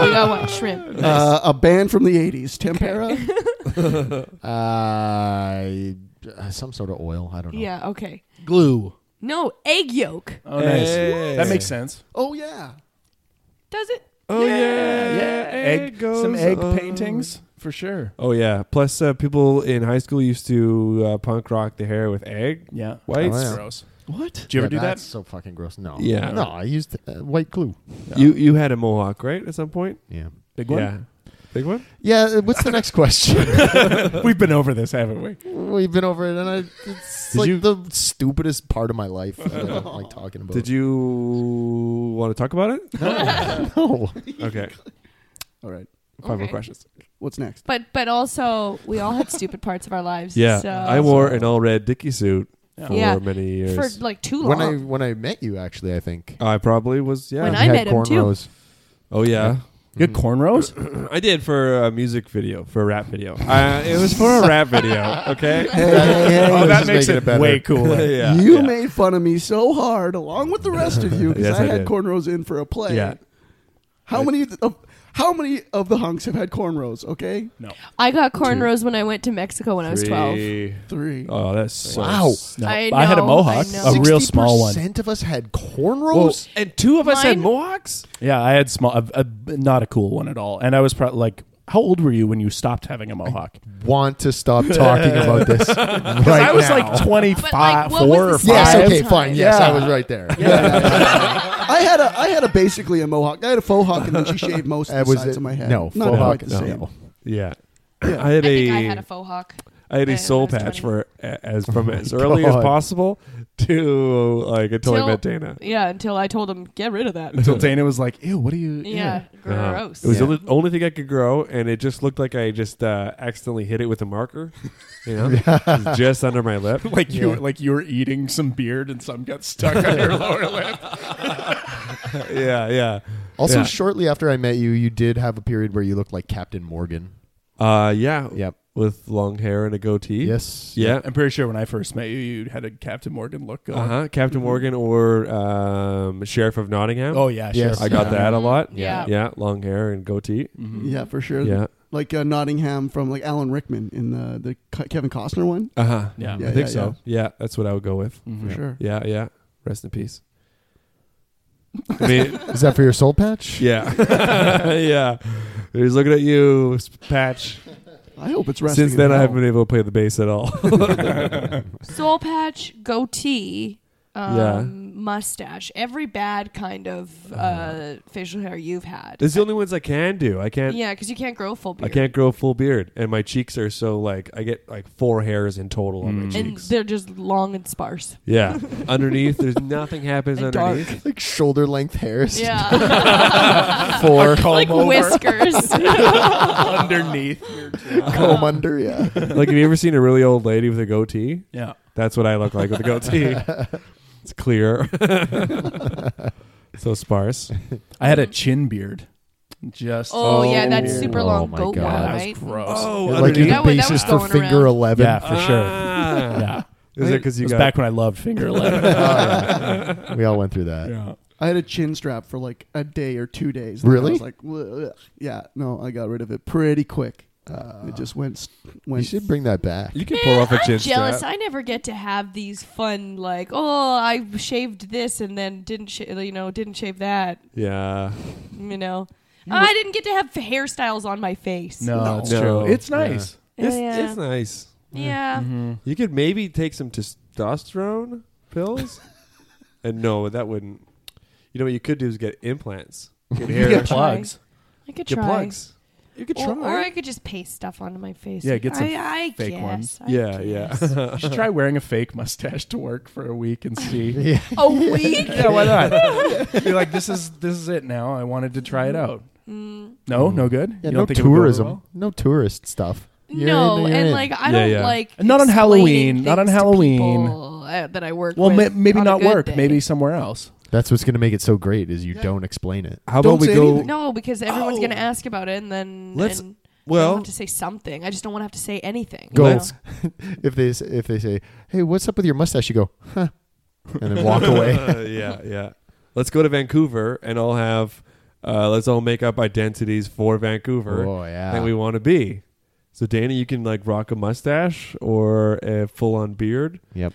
S8: we got one shrimp.
S4: Uh, a band from the 80s. Tempera?
S3: Uh, some sort of oil. I don't know.
S8: Yeah, okay.
S5: Glue.
S8: No, egg yolk.
S5: Oh, nice.
S6: Hey.
S5: That makes sense.
S4: Oh yeah.
S8: Does it?
S6: Oh yeah, yeah.
S5: some
S6: goes
S5: egg
S6: on.
S5: paintings for sure.
S6: Oh yeah. Plus, uh, people in high school used to uh, punk rock the hair with egg.
S5: Yeah.
S6: Whites.
S3: Oh, yeah.
S5: Gross.
S4: What?
S5: Do you ever
S3: Yeah,
S5: do that?
S3: That's so fucking gross. No.
S6: Yeah.
S3: No, I used uh, white glue.
S6: You you had a mohawk right at some point.
S3: Yeah.
S5: Big one.
S6: Oh. Yeah. Oh. Big one?
S3: Yeah. uh, What's the next question?
S5: We've been over this, haven't we?
S3: We've been over it, and I, it's
S6: Did
S3: like
S6: you-
S3: the stupidest part of my life. that I don't like talking about.
S6: Did you want to talk about it?
S3: No.
S6: Okay.
S4: All right.
S6: Five more
S8: Okay.
S6: questions.
S4: What's next?
S8: But but also we all had stupid parts of our lives.
S6: Yeah.
S8: so-
S6: I wore an all red Dickie suit for
S8: Yeah.
S6: many
S8: for
S6: years.
S8: like too long.
S3: When I when I met you, actually, I think
S6: I probably was, yeah.
S8: When
S3: you
S8: I
S3: had
S8: met him, too.
S3: cornrows.
S6: oh, yeah.
S5: You had cornrows?
S6: I did for a music video, for a rap video. Uh, it was for a rap video, okay?
S5: oh,
S3: was
S5: that
S3: just
S5: makes
S3: making
S5: it,
S3: it better.
S5: way cooler.
S6: yeah.
S4: you
S6: yeah.
S4: made fun of me so hard, along with the rest of you, because
S6: Yes,
S4: I,
S6: I
S4: had
S6: did.
S4: cornrows in for a play.
S6: Yeah.
S4: How many of how many of the hunks have had cornrows? Okay,
S8: I got cornrows when I went to Mexico when I was twelve.
S6: Three.
S4: three.
S6: Oh, that's so
S3: Wow.
S5: No,
S8: I
S5: had a
S8: know,
S5: mohawk,
S8: I know.
S5: a real small one.
S3: 60% of us had
S6: Well,
S3: cornrows.
S6: and two of us had
S8: Mine-
S6: mohawks.
S5: Yeah, I had small, a, a- not a cool one at all. And I was probably like, how old were you when you stopped having a mohawk?
S3: Want to stop talking about this? right
S5: Because I was
S3: now.
S5: like
S8: But,
S5: 25,
S8: like, what was
S5: four
S8: the
S5: or five.
S3: yes,
S8: size?
S3: okay, fine. Yes,
S5: Yeah.
S3: I was right there.
S4: I had a I had a basically a mohawk. I had a faux hawk, and then she shaved most
S3: That
S4: of the
S3: was
S4: sides
S3: it.
S4: of my head.
S3: No,
S4: not
S3: faux
S4: quite
S3: hawk,
S4: the
S3: no.
S4: same.
S6: Yeah.
S4: Yeah.
S6: I had
S8: I
S6: a.
S8: think I had a faux hawk.
S6: I had
S8: when
S6: a
S8: I
S6: soul
S8: was 20.
S6: patch for a- as from as early as
S3: God.
S6: possible to like until I
S8: Till-
S6: met Dana.
S8: Yeah, until I told him get rid of that.
S5: Until Dana was like, ew, what are you?
S8: yeah,
S6: Uh-huh.
S8: gross.
S6: It was
S8: yeah.
S6: the only, only thing I could grow, and it just looked like I just uh, accidentally hit it with a marker, you know, just under my lip.
S5: Like you, were, like you were eating some beard and some got stuck on your lower lip.
S6: yeah, yeah.
S3: Also,
S6: Yeah.
S3: shortly after I met you, you did have a period where you looked like Captain Morgan.
S6: Uh, yeah,
S3: Yep.
S6: With long hair and a goatee.
S3: Yes.
S6: Yeah.
S5: I'm pretty sure when I first met you, you had a Captain Morgan look going.
S6: Uh huh. Captain Morgan or um, Sheriff of Nottingham.
S5: Mm-hmm. Oh yeah,
S3: Yes.
S5: sure.
S6: I got that a lot.
S8: Yeah.
S6: Yeah. Long hair and goatee.
S5: Mm-hmm.
S4: Yeah, for sure.
S6: Yeah.
S4: like uh, Nottingham from like Alan Rickman in the the Ke- Kevin Costner one.
S6: Uh huh.
S5: Yeah. Mm-hmm.
S6: I think
S4: yeah,
S6: so. Yeah. That's what I would go with.
S4: yeah, for sure.
S6: Yeah. Yeah. Rest in peace. I mean,
S3: Is that for your soul patch?
S6: yeah. yeah. He's looking at you, Patch.
S4: I hope it's resting.
S6: Since then,
S4: in
S6: I
S4: hell.
S6: haven't been able to play the bass at all.
S8: soul patch, goatee, um,
S6: Yeah.
S8: mustache, every bad kind of
S6: Uh-huh.
S8: uh, facial hair you've had.
S6: That's the only ones I can do. I can't.
S8: yeah, because you can't grow full
S6: I
S8: beard.
S6: can't grow full beard, and my cheeks are so like I get like four hairs in total on my
S5: Mm.
S8: And
S6: cheeks.
S8: they're just long and sparse.
S6: yeah, underneath there's nothing happens
S8: And
S6: underneath.
S3: Like shoulder length hairs.
S8: Yeah,
S3: Four
S8: like whiskers.
S5: underneath.
S3: comb under. Yeah.
S6: Like have you ever seen a really old lady with a goatee?
S5: Yeah.
S6: That's what I look like with a goatee. it's clear, so sparse.
S5: I had a chin beard. Just
S8: Oh, yeah, that super
S3: Oh,
S8: long
S3: my
S8: goat
S3: God.
S8: one,
S3: That
S5: was
S8: right?
S5: gross.
S3: like you're the
S8: That was- that
S3: basis
S8: was
S3: for
S8: going
S3: Finger
S8: around.
S3: Eleven.
S5: yeah, for sure. Yeah,
S6: Is it because
S5: it
S6: you
S5: was
S6: got
S5: back when I loved Finger Eleven.
S3: We all went through that.
S5: yeah.
S4: I had a chin strap for like a day or two days.
S3: Really?
S4: I was like, "Ugh." yeah. No, I got rid of it pretty quick. uh, it just went s-
S3: You
S4: went.
S3: should bring that back.
S6: You can pull off a
S8: I'm
S6: chin
S8: jealous.
S6: strap.
S8: I never get to have these fun like, oh, I shaved this and then didn't, sh- you know, didn't shave that.
S6: Yeah.
S8: Oh, You know, Ah, I didn't get to have hairstyles on my face.
S5: No,
S6: No.
S5: it's
S6: No.
S5: true. It's
S6: Yeah.
S5: nice.
S6: It's,
S8: Yeah.
S6: it's nice.
S8: Yeah.
S5: Mm-hmm.
S6: You could maybe take some testosterone pills. and no, that wouldn't. You know what you could do is get implants. Get hair.
S5: Get plugs.
S8: I could
S6: Get
S8: try.
S6: plugs. You could
S8: Or,
S6: try.
S8: or I could just paste stuff onto my face.
S5: Yeah, get some
S8: I, I
S5: fake
S8: guess,
S5: ones.
S8: I
S6: yeah, yeah.
S5: You should try wearing a fake mustache to work for a week and see. yeah.
S8: A week?
S5: why not? You're like, this is this is it now. I wanted to
S8: Mm.
S5: try it out. No, Mm. no good.
S3: Yeah,
S5: You don't
S3: no
S5: think it would go over
S3: tourism.
S5: well?
S3: No tourist stuff. You're in,
S8: no,
S3: you're
S8: and
S3: in.
S8: like I
S6: Yeah,
S8: don't
S6: yeah.
S8: like
S5: And not on
S8: explaining
S5: Halloween, not on
S8: things to
S5: Halloween.
S8: people, uh, that I work.
S5: Well, ma-
S8: with
S5: maybe
S8: on a
S5: not
S8: good
S5: work.
S8: day.
S5: Maybe somewhere else.
S3: that's what's going to make it so great is you don't explain it.
S6: How
S4: Don't
S6: about we
S4: say
S6: go?
S4: anything.
S8: No, because everyone's
S6: Oh.
S8: gonna ask about it, and then
S6: Let's-
S8: and I
S6: well-
S8: want to say something. I just don't want to have to say anything. you
S3: Go.
S8: know?
S3: if they s- if they say, "Hey, what's up with your mustache?" You go, "Huh," and then walk away.
S6: Uh, yeah, yeah. Let's go to Vancouver and I'll have. Uh, let's all make up identities for Vancouver
S3: Oh, yeah.
S6: that we want to be. So Dana, you can like rock a mustache or a full-on beard.
S3: yep.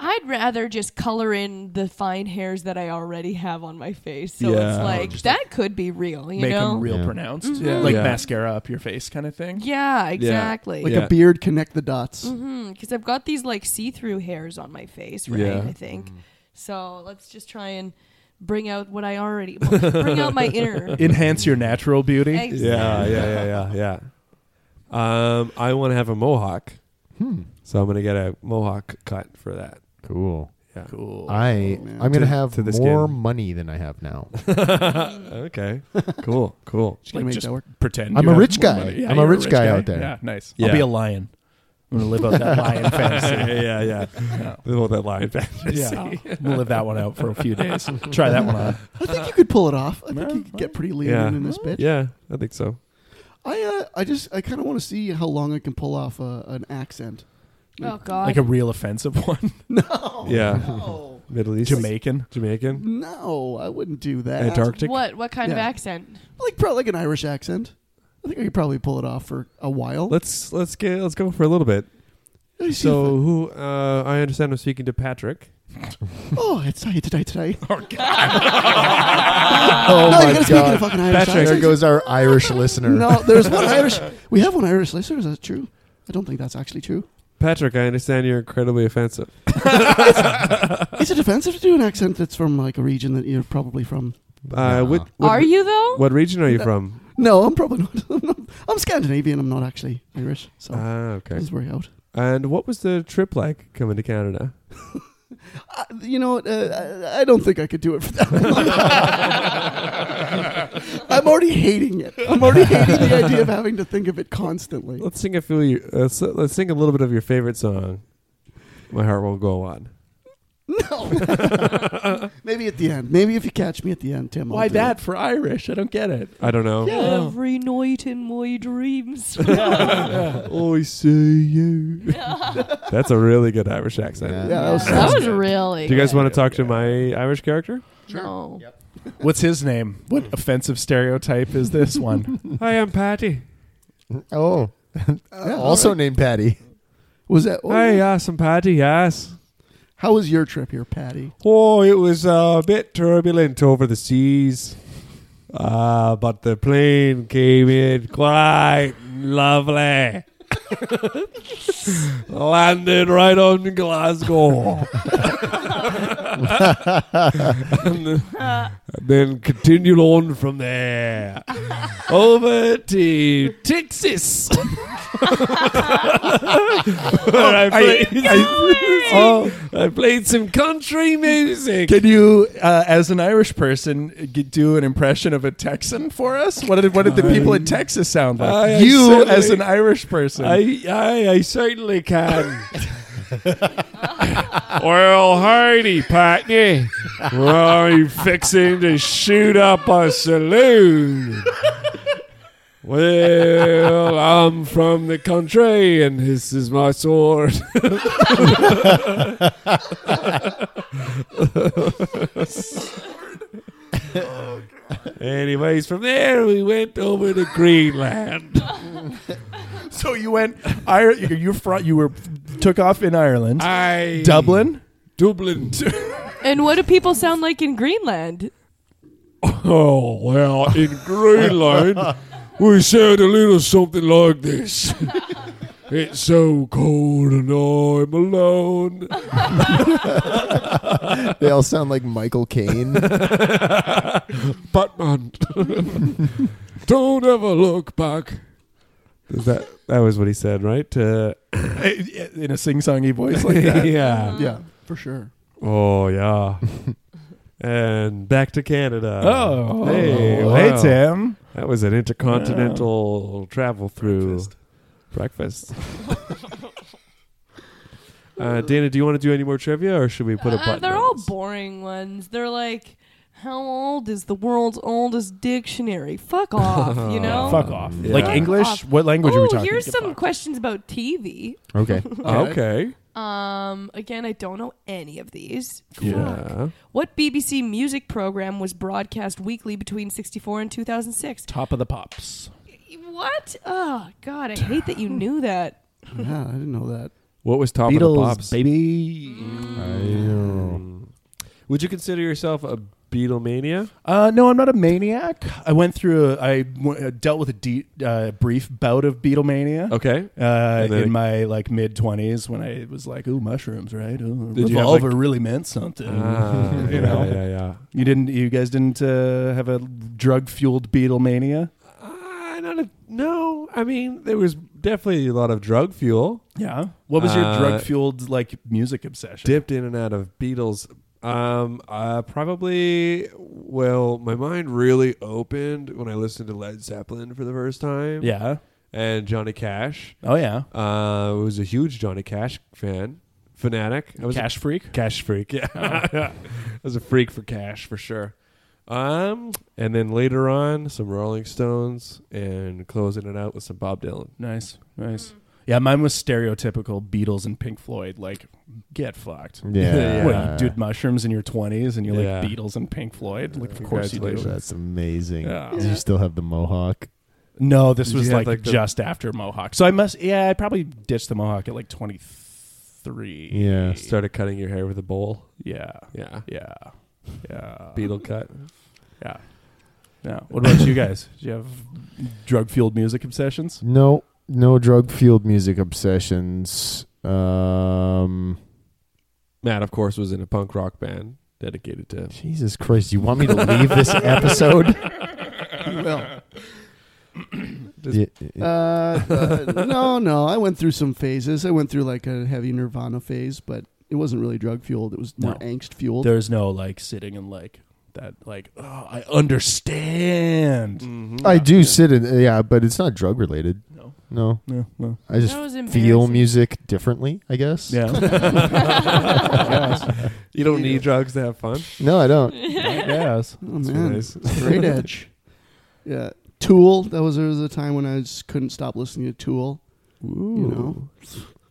S8: I'd rather just color in the fine hairs that I already have on my face. So it's
S6: Yeah.
S8: like that could be real. You
S5: Make
S8: know?
S5: them real
S3: Yeah.
S5: pronounced,
S6: Yeah.
S5: like
S6: Yeah.
S5: mascara up your face kind of thing.
S8: Mm-hmm. Yeah, exactly. Mm-hmm.
S4: like
S6: Yeah.
S4: a beard, connect the dots.
S8: because I've got these like see-through hairs on my face, right?
S6: Yeah.
S8: I think. So let's just try and bring out what I already bring out my inner.
S5: Enhance your natural beauty.
S8: Exactly.
S6: Yeah, yeah, yeah, yeah, yeah. Um, I want to have a mohawk,
S3: Hmm.
S6: so I'm gonna get a mohawk cut for that.
S3: Cool.
S6: Yeah.
S5: Cool.
S3: I
S4: man.
S3: I'm
S6: To-
S3: gonna have
S6: to the
S3: more
S6: skin.
S3: money than I have now.
S6: okay. Cool. Cool.
S4: She can
S5: Like,
S4: make
S5: just
S4: that work.
S5: pretend.
S3: I'm
S5: you
S3: a
S5: have
S3: rich
S5: more
S3: guy.
S5: money. Yeah,
S3: I'm a
S5: you're
S3: rich guy out there.
S5: Yeah, nice.
S6: Yeah.
S5: I'll be a lion. I'm gonna live out that lion fantasy.
S6: yeah, yeah. yeah. The whole that line fantasy.
S5: Yeah, we'll live that one out for a few days. Try that one on.
S4: I think you could pull it off. I
S5: Yeah,
S4: think you could get pretty lean
S6: Yeah.
S4: in this bitch.
S6: Yeah, I think so.
S4: I uh, I just I kind of want to see how long I can pull off uh, an accent.
S8: Oh God.
S5: Like a real offensive one.
S4: No.
S6: Yeah.
S4: No.
S6: Middle East.
S5: Oh, Jamaican.
S6: Jamaican.
S4: No, I wouldn't do that.
S6: Antarctic.
S8: what? What kind of
S4: Yeah.
S8: accent?
S4: Like probably like an Irish accent. I think I could probably pull it off for a while.
S6: Let's let's get let's go for a little bit.
S4: Let me see if
S6: So who uh, I understand I'm speaking to Patrick.
S4: I- oh, it's I today today.
S3: Oh
S4: no,
S3: my
S4: you gotta speak in a
S3: god!
S4: fucking Irish
S6: Patrick,
S3: There
S4: accent.
S3: goes our Irish listener.
S4: No, there's one Irish. We have one Irish listener. Is that true? I don't think that's actually true.
S6: Patrick, I understand you're incredibly offensive.
S4: Is it offensive to do an accent that's from like a region that you're probably from?
S6: Uh,
S3: No.
S6: what, what-
S8: Are you though?
S6: What region are you from?
S4: No, I'm probably not. I'm, not, I'm Scandinavian. I'm not actually Irish. So
S6: Ah, okay.
S4: this is where you're out.
S6: And what was the trip like coming to Canada?
S4: Uh, you know, what, uh, I- I don't think I could do it for that. I'm already hating it. I'm already hating the idea of having to think of it constantly.
S6: Let's sing a few. of your- Uh, s- let's sing a little bit of your favorite song. My heart will go on.
S4: No. Maybe at the end. Maybe if you catch me at the end, Tim. I'll
S5: Why
S4: do
S5: that for Irish? I don't get it.
S6: I don't know.
S8: Every night in my dreams.
S6: I see you. That's a really good Irish accent.
S4: It. Yeah, that was-
S8: that was really.
S6: Do you guys
S8: good.
S6: want to talk to my Irish character?
S8: No.
S5: What's his name? What offensive stereotype is this one?
S6: Hi, I'm Patty.
S3: Oh, also named Patty.
S4: was that. oh,
S6: Hi, yes, I'm Patty. Yes.
S4: How was your trip here, Patty?
S6: Oh, it was uh, a bit turbulent over the seas. Uh, but the plane came in quite lovely. Landed right on Glasgow. and then, then continued on from there over to Texas. Where I played- Oh, I played some country music.
S5: Can you, uh, as an Irish person, uh, g- do an impression of a Texan for us? What did what did the people in Texas sound like?
S6: I- I
S5: you,
S6: certainly-
S5: as an Irish person,
S6: I, I, I certainly can. well, hardy, Patney. I'm fixing to shoot up a saloon. Well, I'm from the country, and this is my sword. Anyways, from there we went over to Greenland.
S5: so you went. Ire- you you fro- you were took off in Ireland,
S6: I
S5: Dublin.
S6: Dublin.
S8: And what do people sound like in Greenland?
S6: Oh well, in Greenland we said a little something like this. It's so cold and I'm alone.
S3: They all sound like Michael Caine.
S6: Batman. Don't ever look back. That that was what he said, right? Uh,
S5: in a sing-songy voice like that.
S6: yeah.
S4: Yeah, for sure.
S6: Oh yeah. and back to Canada.
S5: Oh,
S6: hey,
S5: hey,
S6: wow.
S5: Tim.
S6: That was an intercontinental travel through breakfast. uh, Dana, do you want to do any more trivia, or should we put a
S8: Uh,
S6: button?
S8: they're
S6: on
S8: all
S6: this?
S8: boring ones. They're like, how old is the world's oldest dictionary? Fuck off, you know?
S5: Fuck off.
S6: Yeah.
S5: Like
S6: Fuck
S5: English?
S8: off.
S5: What language
S8: oh,
S5: are we talking?
S8: here's some
S5: Fuck.
S8: questions about TV.
S3: Oh, okay.
S6: Okay.
S8: Um, again, I don't know any of these. Fuck.
S6: Yeah.
S8: What BBC music program was broadcast weekly between 64 and 2006?
S5: Top of the pops.
S8: What? Oh, God, I hate that you knew that.
S4: Yeah, I didn't know that.
S6: What was top of the pops?
S5: baby.
S6: Would you consider yourself a Beatlemania?
S4: Uh, no, I'm not a maniac. I went through. A, I w- uh, dealt with a de- uh, brief bout of Beatlemania.
S6: Okay.
S4: Uh,
S6: Oh. And then-
S4: in my like mid 20s, when I was like, "Ooh, mushrooms, right? Ooh,
S6: Did you have,
S4: Revolver
S6: like-
S4: really meant something."
S6: Ah,
S4: you
S6: yeah,
S4: know.
S6: yeah, yeah.
S4: You didn't. You guys didn't uh, have a drug fueled Beatlemania.
S6: Uh, not a, no, I mean there was definitely a lot of drug fuel.
S4: Yeah. What was your
S6: Uh,
S4: drug fueled like music obsession?
S6: Dipped in and out of Beatles. Um, uh, probably. Well, my mind really opened when I listened to Led Zeppelin for the first time.
S4: Yeah.
S6: and Johnny Cash.
S4: Oh yeah.
S6: Uh, I was a huge Johnny Cash fan, fanatic. I was
S4: Cash freak. Oh.
S6: a, Cash freak. Yeah, I was a freak for Cash for sure. Um, and then later on, some Rolling Stones, and closing it out with some Bob Dylan.
S4: Nice. Nice. Yeah, mine was stereotypical Beatles and Pink Floyd. Like, get fucked.
S3: Yeah.
S4: What, you did mushrooms in your 20s and you like
S6: Yeah.
S4: Beatles and Pink Floyd? Like, of course you do.
S3: That's amazing.
S4: Yeah.
S3: Do you still have the mohawk?
S4: No, this
S6: Did
S4: was
S6: you have,
S4: like,
S6: like, the-
S4: just after Mohawk. So I must, yeah, I probably ditched the Mohawk at like 23.
S3: Yeah.
S6: Started cutting your hair with a bowl.
S4: Yeah.
S6: Yeah,
S4: Yeah. Yeah.
S6: Beatle cut.
S4: Yeah. Yeah. What about you guys? Do you have drug fueled music obsessions?
S3: No, no drug fueled music obsessions. Um,
S6: Matt, of course, was in a punk rock band dedicated to.
S3: Jesus Christ, you want me to leave this episode? Yeah,
S12: Uh, uh, no, no. I went through some phases. I went through like a heavy Nirvana phase, but it wasn't really drug fueled. It was more
S4: No.
S12: angst fueled.
S4: There's no like sitting and like that, like, oh, I understand.
S3: I do sit in, yeah, but it's not drug related.
S4: No.
S3: No,
S4: No, no.
S3: I just
S5: That was
S3: feel
S5: embarrassing.
S3: music differently, I guess.
S4: Yeah.
S6: You don't need drugs to have fun.
S3: No, I don't.
S4: yes.
S12: oh man,
S6: nice.
S12: great edge. Yeah, Tool. That was there was a time when I just couldn't stop listening to Tool. You know,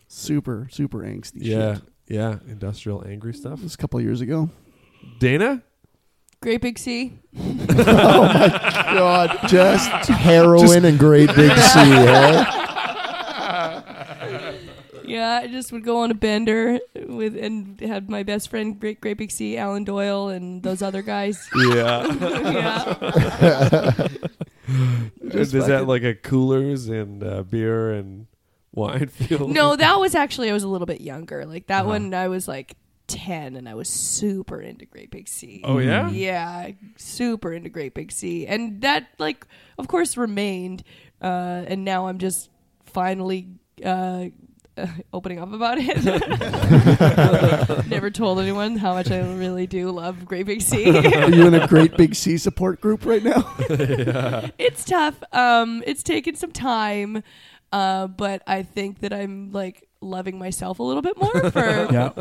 S12: super super angsty.
S6: Yeah,
S12: shit.
S6: yeah. Industrial angry stuff.
S12: It was a couple of years ago.
S6: Dana,
S5: Great big C.
S12: God, just
S3: Heroin and Great Big C. huh?
S5: Yeah, I just would go on a bender with and had my best friend, Great Great Big C, Alan Doyle, and those other guys.
S6: Yeah.
S5: yeah.
S6: Is that like a coolers and uh, beer and wine field?
S5: No, that was actually I was a little bit younger. Like
S6: Uh-huh.
S5: that one, I was like ten, and I was super into Great Big C. Mm-hmm.
S6: Oh yeah.
S5: Yeah, super into Great Big Sea. And that, like, of course, remained. Uh, and now I'm just finally uh, uh, opening up about it. Never told anyone how much I really do love Great Big Sea.
S12: Are you in a great big C support group right now?
S5: it's tough. Um, it's taken some time, uh, but I think that I'm, like, loving myself a little bit more for
S4: Yeah.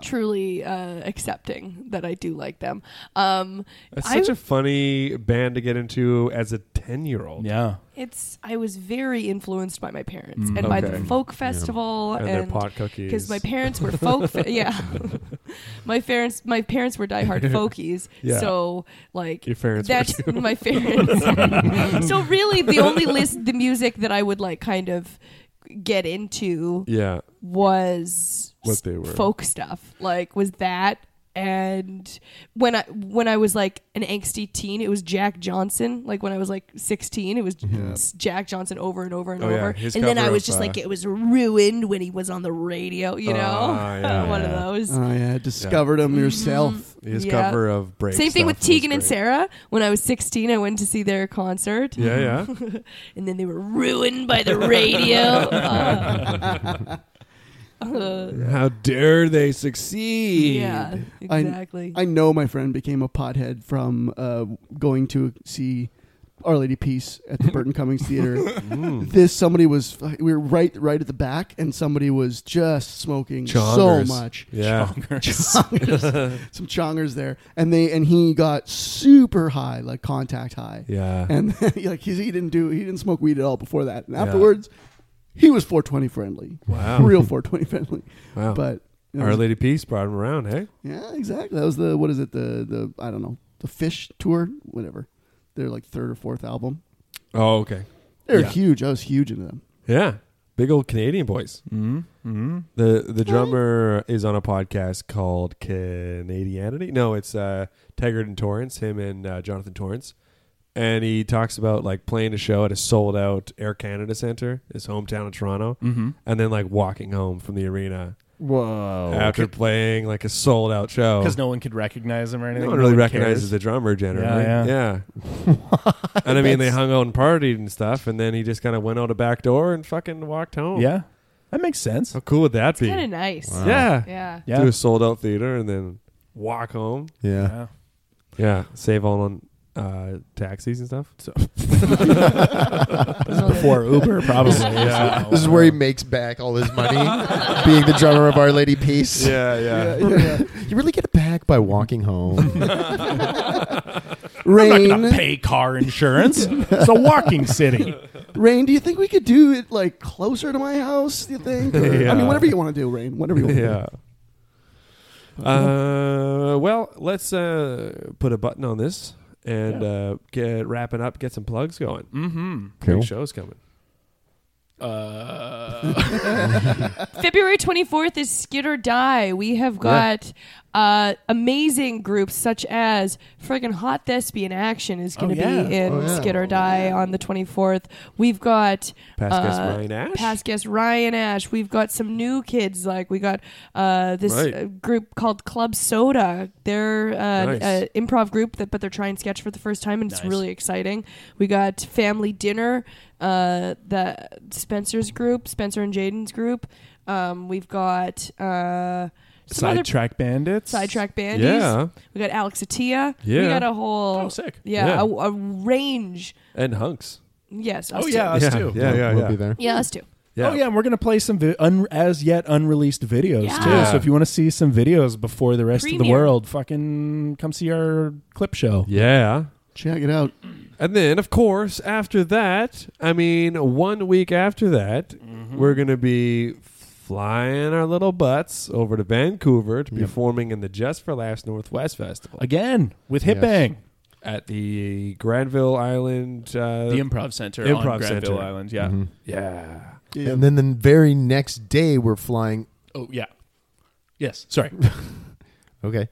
S5: truly uh, accepting that I do like them. Um,
S6: That's
S5: I-
S6: such a funny band to get into as a ten-year-old.
S4: Yeah.
S5: It's I was very influenced by my parents and by the
S6: Mm, Okay.
S5: folk festival
S6: And, their pot cookies.
S5: because my parents were folk fe- yeah my parents my parents were diehard folkies
S6: Yeah.
S5: so like
S6: Your parents were
S5: that's my parents so really the only list the music that I would like kind of get into
S6: yeah.
S5: was
S6: What they were.
S5: folk stuff like was that and when I when I was like an angsty teen, it was Jack Johnson. Like when I was like sixteen, it was s- Jack Johnson over and over and
S6: Oh, yeah.
S5: over.
S6: His
S5: And then
S6: cover
S5: I was
S6: of,
S5: just
S6: uh,
S5: like, it was ruined when he was on the radio. You know,
S6: Ah, yeah,
S5: one
S6: yeah.
S5: of those.
S12: oh yeah, discovered them yourself.
S6: His
S5: Yeah.
S6: cover of Break.
S5: Same thing with
S6: Stuff was
S5: Tegan and
S6: great.
S5: Sarah. When I was sixteen, I went to see their concert.
S6: Yeah, yeah.
S5: and then they were ruined by the radio. Uh, uh,
S6: How dare they succeed?
S5: yeah,
S12: I-
S5: exactly.
S12: I know my friend became a pothead from uh, going to see Our Lady Peace at the Burton Cummings Theater.
S6: Mm.
S12: this somebody was we were right right at the back, and somebody was just smoking so
S6: Chongers.
S12: much.
S6: Yeah.
S12: Chongers. some chongers there, and they and he got super high, like contact high.
S6: Yeah.
S12: and like he, he didn't do he didn't smoke weed at all before that, and afterwards he was 420 friendly,
S6: Wow.
S12: real 420 friendly.
S6: Wow.
S12: But it
S6: Our
S12: was-
S6: Lady Peace brought him around, hey?
S12: yeah, exactly. That was the what is it? The the I don't know the Fish tour, whatever. Their like third or fourth album.
S6: Oh, okay.
S12: They're
S6: Yeah.
S12: huge. I was huge into them.
S6: Yeah.
S5: big old Canadian boys.
S6: Mhm.
S5: mm-hmm.
S6: Mhm.
S5: The the drummer is on a podcast called Canadianity. No, it's uh, Taggart and Torrance, him and uh, Jonathan Torrance, and he talks about like playing a show at a sold out Air Canada Center, his hometown of Toronto,
S6: Mhm.
S5: and then like walking home from the arena
S6: Whoa.
S5: after playing like a sold out show
S6: Because no one could recognize him or anything.
S5: no one really recognizes
S6: recognizes
S5: the drummer generally.
S6: Yeah,
S5: Yeah. and I mean, they hung out and partied and stuff, and then he just kind of went out a back door and fucking walked home.
S6: Yeah. That makes sense.
S5: How cool would that be?
S8: Kind of nice.
S5: Yeah.
S8: Yeah.
S6: Yeah.
S5: Do a sold out theater and then walk home.
S3: Yeah.
S5: Yeah. Save all on uh, taxis and stuff. So.
S6: This is before Uber, probably. yeah.
S3: This is where he makes back all his money, being the drummer of Our Lady Peace.
S5: Yeah, yeah.
S3: You really get it back by walking home.
S6: I'm not going
S13: Rain,
S6: to pay car insurance. it's a walking city.
S13: Rain, do you think we could do it like closer to my house? Do you think? Or- I
S5: Yeah.
S13: mean, whatever you want to do, Rain. Whatever you want. to
S5: yeah. Uh, well, let's uh, put a button on this and uh, get wrap it up, get some plugs going.
S6: Mm-hmm.
S5: Big show's coming.
S6: Uh,
S8: February 24th is Skid or Die. We have got uh, amazing groups such as friggin' Hot Thespian Action is going to
S6: Oh, yeah.
S8: be in Skid or Die on the 24th. We've got
S5: Past guest
S8: uh,
S5: Ryan Ash?
S8: Past guest Ryan Ash. We've got some new kids. Like we got uh, this
S5: Right.
S8: uh, group called Club Soda. They're uh,
S5: Nice.
S8: an uh, improv group that, but they're trying sketch for the first time, and it's
S6: Nice.
S8: really exciting. We got Family Dinner, uh, the Spencer's group, Spencer and Jaden's group. Um, we've got uh, some other
S6: Sidetrack Bandits.
S8: sidetrack bandies.
S5: Yeah.
S8: We got Alex Atia. We
S5: Yeah.
S8: got a whole
S6: Oh, sick.
S8: Yeah,
S5: Yeah.
S8: A, a range.
S5: And hunks.
S8: Yes. us
S6: Oh,
S8: two.
S6: yeah, us too.
S5: Yeah, yeah,
S3: we'll
S5: yeah.
S3: be there.
S8: Yeah, us too.
S6: Oh yeah, and we're gonna play some vi- un- as yet unreleased videos
S8: Yeah.
S6: too. So if you want to see some videos before the rest of the
S8: Premiere.
S6: world, fucking come see our clip show.
S5: Yeah.
S13: Check it out.
S5: And then, of course, after that, I mean, one week after that, we're going to be flying our little butts over to Vancouver to be performing in the Just for Laughs Northwest Festival
S6: Again with Hip
S3: Yes.
S6: Bang,
S5: at the Granville Island. Uh, Mm-hmm.
S6: the Improv Center,
S5: Improv
S6: on Granville
S5: Center.
S6: Island. Yeah.
S5: yeah.
S3: And then the very next day, we're flying.
S6: Oh yeah. Yes. Sorry.
S3: Okay.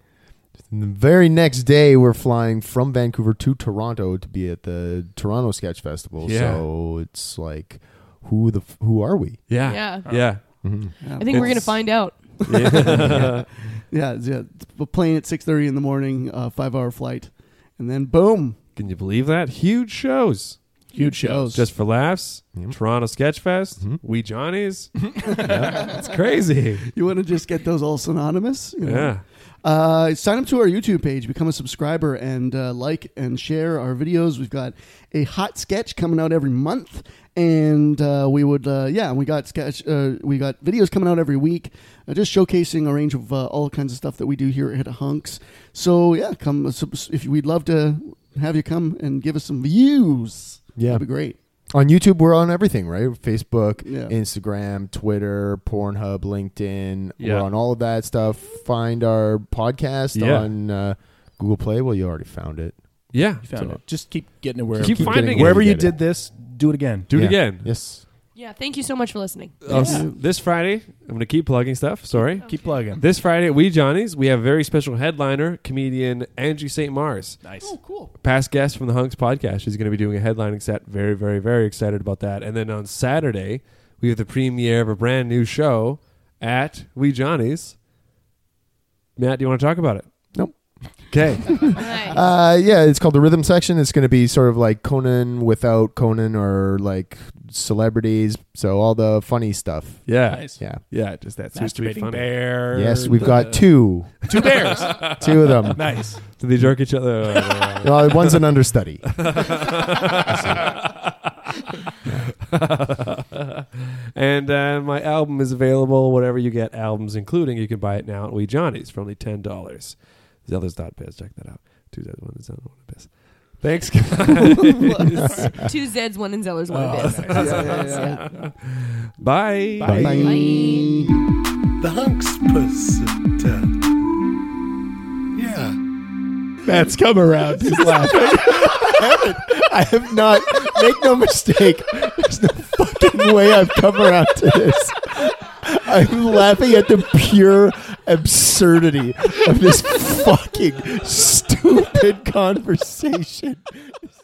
S3: And the very next day, we're flying from Vancouver to Toronto to be at the Toronto Sketch Festival.
S5: Yeah.
S3: So it's like, who the f- who are we?
S5: Yeah.
S8: Yeah.
S5: Yeah.
S8: I think we're gonna find out.
S13: Yeah, it's- yeah. We're playing at six thirty in the morning, uh, five hour flight, and then boom,
S5: Can you believe that? Huge shows.
S6: Huge shows.
S5: Just for Laughs, Toronto Sketchfest, We Johnnies. It's crazy.
S13: you want to just get those all synonymous. You know?
S5: Yeah.
S13: Uh, sign up to our YouTube page, become a subscriber, and uh, like and share our videos. We've got a hot sketch coming out every month, and uh, we would uh, yeah, we got sketch, uh, we got videos coming out every week, uh, just showcasing a range of uh, all kinds of stuff that we do here at Hunks. So yeah, come uh, sub- if you- we'd love to have you come and give us some views.
S3: Yeah.
S13: that'd be great.
S3: On YouTube, we're on everything, right? Facebook,
S13: Yeah.
S3: Instagram, Twitter, Pornhub, LinkedIn.
S5: Yeah.
S3: We're on all of that stuff. Find our podcast
S5: Yeah.
S3: on uh, Google Play. Well, you already found it.
S5: Yeah.
S6: You found
S3: So-
S6: it. Just keep getting it wherever.
S5: Keep finding
S3: getting
S5: it.
S6: wherever
S3: Wherever
S6: you
S3: you get
S6: did this, do it again.
S5: Do it
S3: Yeah.
S5: again.
S3: Yes.
S8: Yeah. Thank you so much for listening.
S5: Uh, This Friday, I'm going to keep plugging stuff. Sorry.
S6: Keep plugging.
S5: This Friday at We Johnnies, we have a very special headliner, comedian Angie St. Mars,
S6: Nice.
S5: past guest from the Hunks podcast. She's going to be doing a headlining set. Very, very, very excited about that. And then on Saturday, we have the premiere of a brand new show at We Johnnies. Matt, do you want to talk about it?
S3: Nope.
S5: Okay.
S3: Uh, yeah, it's called the Rhythm Section. It's going to be sort of like Conan without Conan or like celebrities. So all the funny stuff.
S5: yeah.
S6: Nice.
S3: Yeah.
S5: Yeah, just that seems to be
S6: Masturbating
S5: funny.
S6: bear.
S3: Yes, we've got two,
S6: two bears.
S3: two of them.
S6: nice.
S5: Do they jerk each other?
S3: Well, one's an understudy.
S5: and uh, my album is available whatever you get albums, including you can buy it now at We Johnnies for only ten dollars. The others dot biz. Check that out. Two Z's one is not one biz. Thanks. guys.
S8: Two Z's, one in Zeller's, one in Biz.
S5: Bye.
S3: Bye.
S8: Bye.
S14: The Hunks Pusita. Yeah.
S6: Matt's come around. He's laughing.
S3: I have not. Make no mistake. There's no fucking way I've come around to this. I'm laughing at the pure absurdity of this fucking stupid conversation. It's